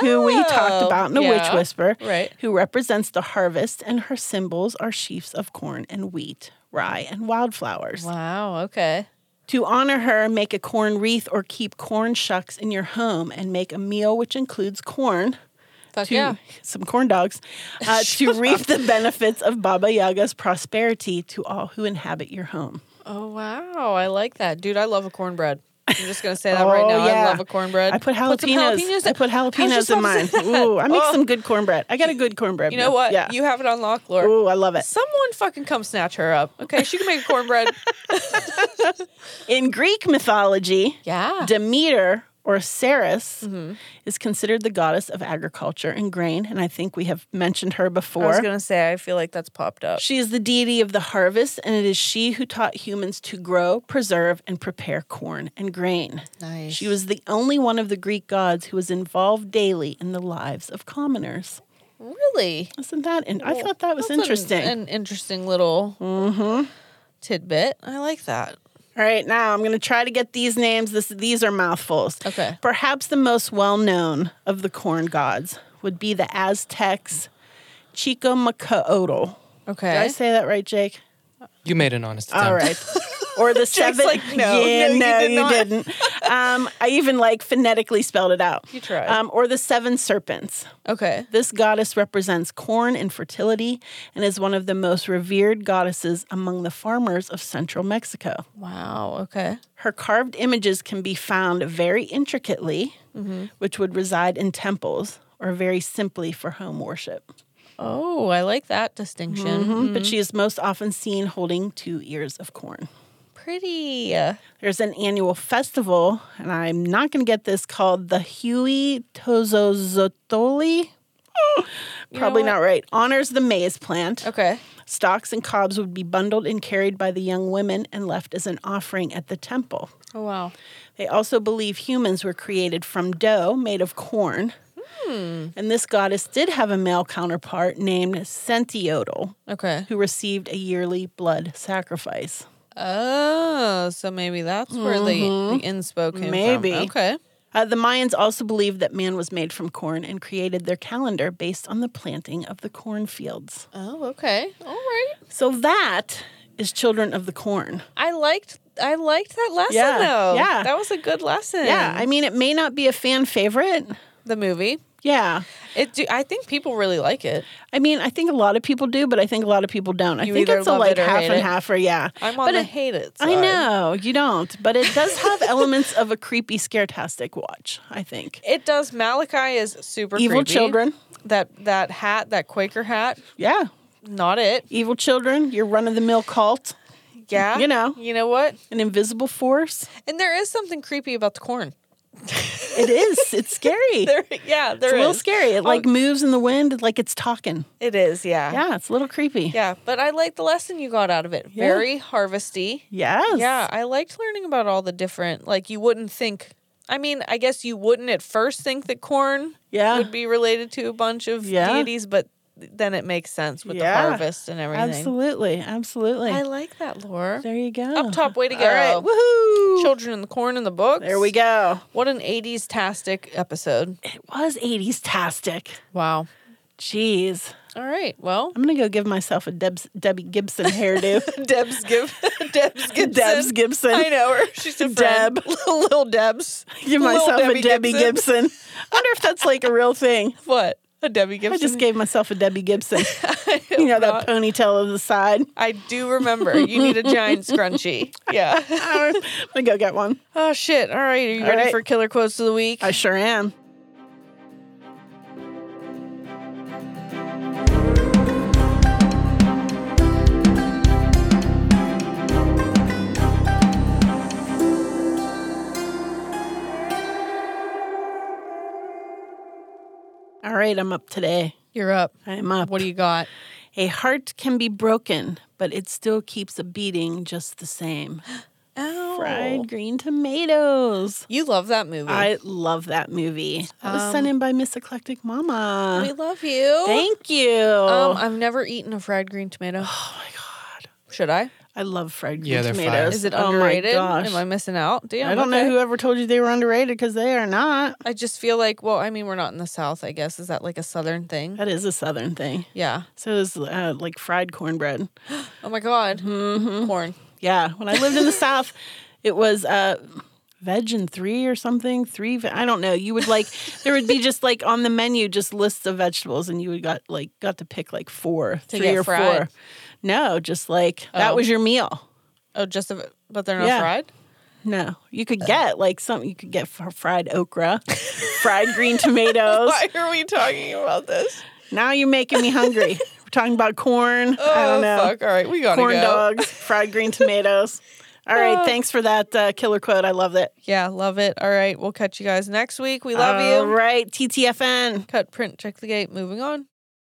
who we talked Mm. Oh, about in the yeah. Witch Whisper, Right. who represents the harvest, and her symbols are sheaves of corn and wheat, rye, and wildflowers. Wow. Okay. To honor her, make a corn wreath or keep corn shucks in your home and make a meal which includes corn. Fuck to yeah. some corn dogs uh, to reap the benefits of Baba Yaga's prosperity to all who inhabit your home. Oh wow. I like that, dude. I love a cornbread. I'm just gonna say that right Oh, now. I yeah. love a cornbread. I put jalapenos. some I put I was just jalapenos in about to mine. say that. Ooh, I make Oh. some good cornbread. I got a good cornbread. You know what? Yeah. You have it on lock, Laura. Ooh, I love it. Someone fucking come snatch her up. Okay, she can make cornbread. In Greek mythology, yeah. Mm-hmm. Demeter or Ceres is considered the goddess of agriculture and grain, and I think we have mentioned her I was before. gonna say I feel like that's popped up. She is the deity of the harvest, and it is she who taught humans to grow, preserve, and prepare corn and grain. Nice. She was the only one of the Greek gods who was involved daily in the lives of commoners. really. Isn't that? And I thought that was That's an- interesting. An, interesting little Mm-hmm. tidbit. I like that. All right, now I'm going to try to get these names. This, these are mouthfuls. Okay. Perhaps the most well known of the corn gods would be the Aztecs, Chico Macoodle. Okay. Did I say that right, Jake? You made an honest attempt. All right. Or the seven. like, no, yeah, no, you no, did you not. didn't. Um, I even like phonetically spelled it out. You tried. Um, or the seven serpents. okay. This goddess represents corn and fertility and is one of the most revered goddesses among the farmers of central Mexico. Wow. Okay. Her carved images can be found very intricately, Mm-hmm. which would reside in temples or very simply for home worship. Mm-hmm. Oh, I like that distinction. But she is most often seen holding two ears of corn. Mm-hmm. Pretty. There's an annual festival, and I'm not going to get this called the Huey Tozozotoli. Probably what? not right. Honors the maize plant. Okay. Stalks and cobs would be bundled and carried by the young women and left as an offering at the temple. Oh wow. They also believe humans were created from dough made of corn. Hmm. And this goddess did have a male counterpart named Sentiodal, Okay. who received a yearly blood sacrifice. Oh, so maybe that's where the, the inspo came from. Maybe. Okay. Uh, the Mayans also believed that man was made from corn and created their calendar based on the planting of the cornfields. Oh, okay. All right. So that is Children of the Corn. I liked I liked that lesson Yeah, though. yeah. That was a good lesson. Yeah, I mean, it may not be a fan favorite. the movie. Yeah. It do, I think people really like it. I mean, I think a lot of people do, but I think a lot of people don't. I You think either it's a love like it or half hate and it. half, or yeah. I'm on but the it- hate it. I side. know you don't, but it does have elements of a creepy, scaretastic watch. I think It does. Malachi is super evil creepy. children, That that hat, that Quaker hat, yeah, not it. evil children. Your run of the mill cult, Yeah. You know. You know what? an invisible force. And there is something creepy about the corn. It is. It's scary. There yeah, it's there a little is. scary. It like moves in the wind, like it's talking. It is, yeah. Yeah, it's a little creepy. Yeah, But I like the lesson you got out of it. Yeah. Very harvesty. Yes. Yeah, I liked learning about all the different. Like you wouldn't think. I mean, I guess you wouldn't at first think that corn Yeah. would be related to a bunch of Yeah. deities, but th- then it makes sense with Yeah. the harvest and everything. Absolutely. Absolutely. I like that lore. there you go. Up top, way to go! All right. Woohoo. Children in the corn in the books. There we go. What an '80s tastic episode! It was 80s tastic. Wow. Jeez. All right. Well, I'm gonna go give myself a Debs, Debbie Gibson hairdo. Deb's give Deb's Gibson. Debs Gibson. I know her. She's a friend. Deb. Little Deb's. give Little myself Debbie a Debbie Gibson. Gibson. I wonder if that's like a real thing. What? A Debbie Gibson. I just gave myself a Debbie Gibson. you know that ponytail of the side. I do remember. You need a giant scrunchie. Yeah. I'm gonna go get one. Oh shit. All right. Are you All ready right. for killer quotes of the week? I sure am. All right, I'm up today. You're up. I'm up. What do you got? A heart can be broken, but it still keeps a beating just the same. Oh. Fried green tomatoes. You love that movie. I love that movie. That was sent in by Miss Eclectic Um, we Mama. love you. Thank you. Um, I've never eaten a fried green tomato. Oh my god. Should I? I love fried green Yeah, they're fire. tomatoes. Is it Oh my underrated? gosh. Am I missing out? Damn. I don't okay. know whoever told you they were underrated because they are not. I just feel like, well, I mean, we're not in the South, I guess. Is that like a Southern thing? That is a southern thing. Yeah. So is uh, like fried cornbread. Oh my God. Mm-hmm. Corn. Yeah, when I lived in the South, it was uh, veg and three or something. Three, ve- I don't know. You would like there would be just like on the menu just lists of vegetables, and you would got like got to pick like four, To three get or fried. four. No, just like Oh. that was your meal. Oh, just a, but they're not Yeah. fried? No, you could get like some. You could get fr- fried okra, fried green tomatoes. Why are we talking about this? now you're making me hungry. We're talking about corn. Oh, I don't know. fuck. All right. We got to go. Oh. Corn dogs, fried green tomatoes. All right, thanks for that uh, killer quote. I love it. Yeah. Love it. All right. We'll catch you guys next week. We love All you. right, TTFN. Cut, print, check the gate. Moving on.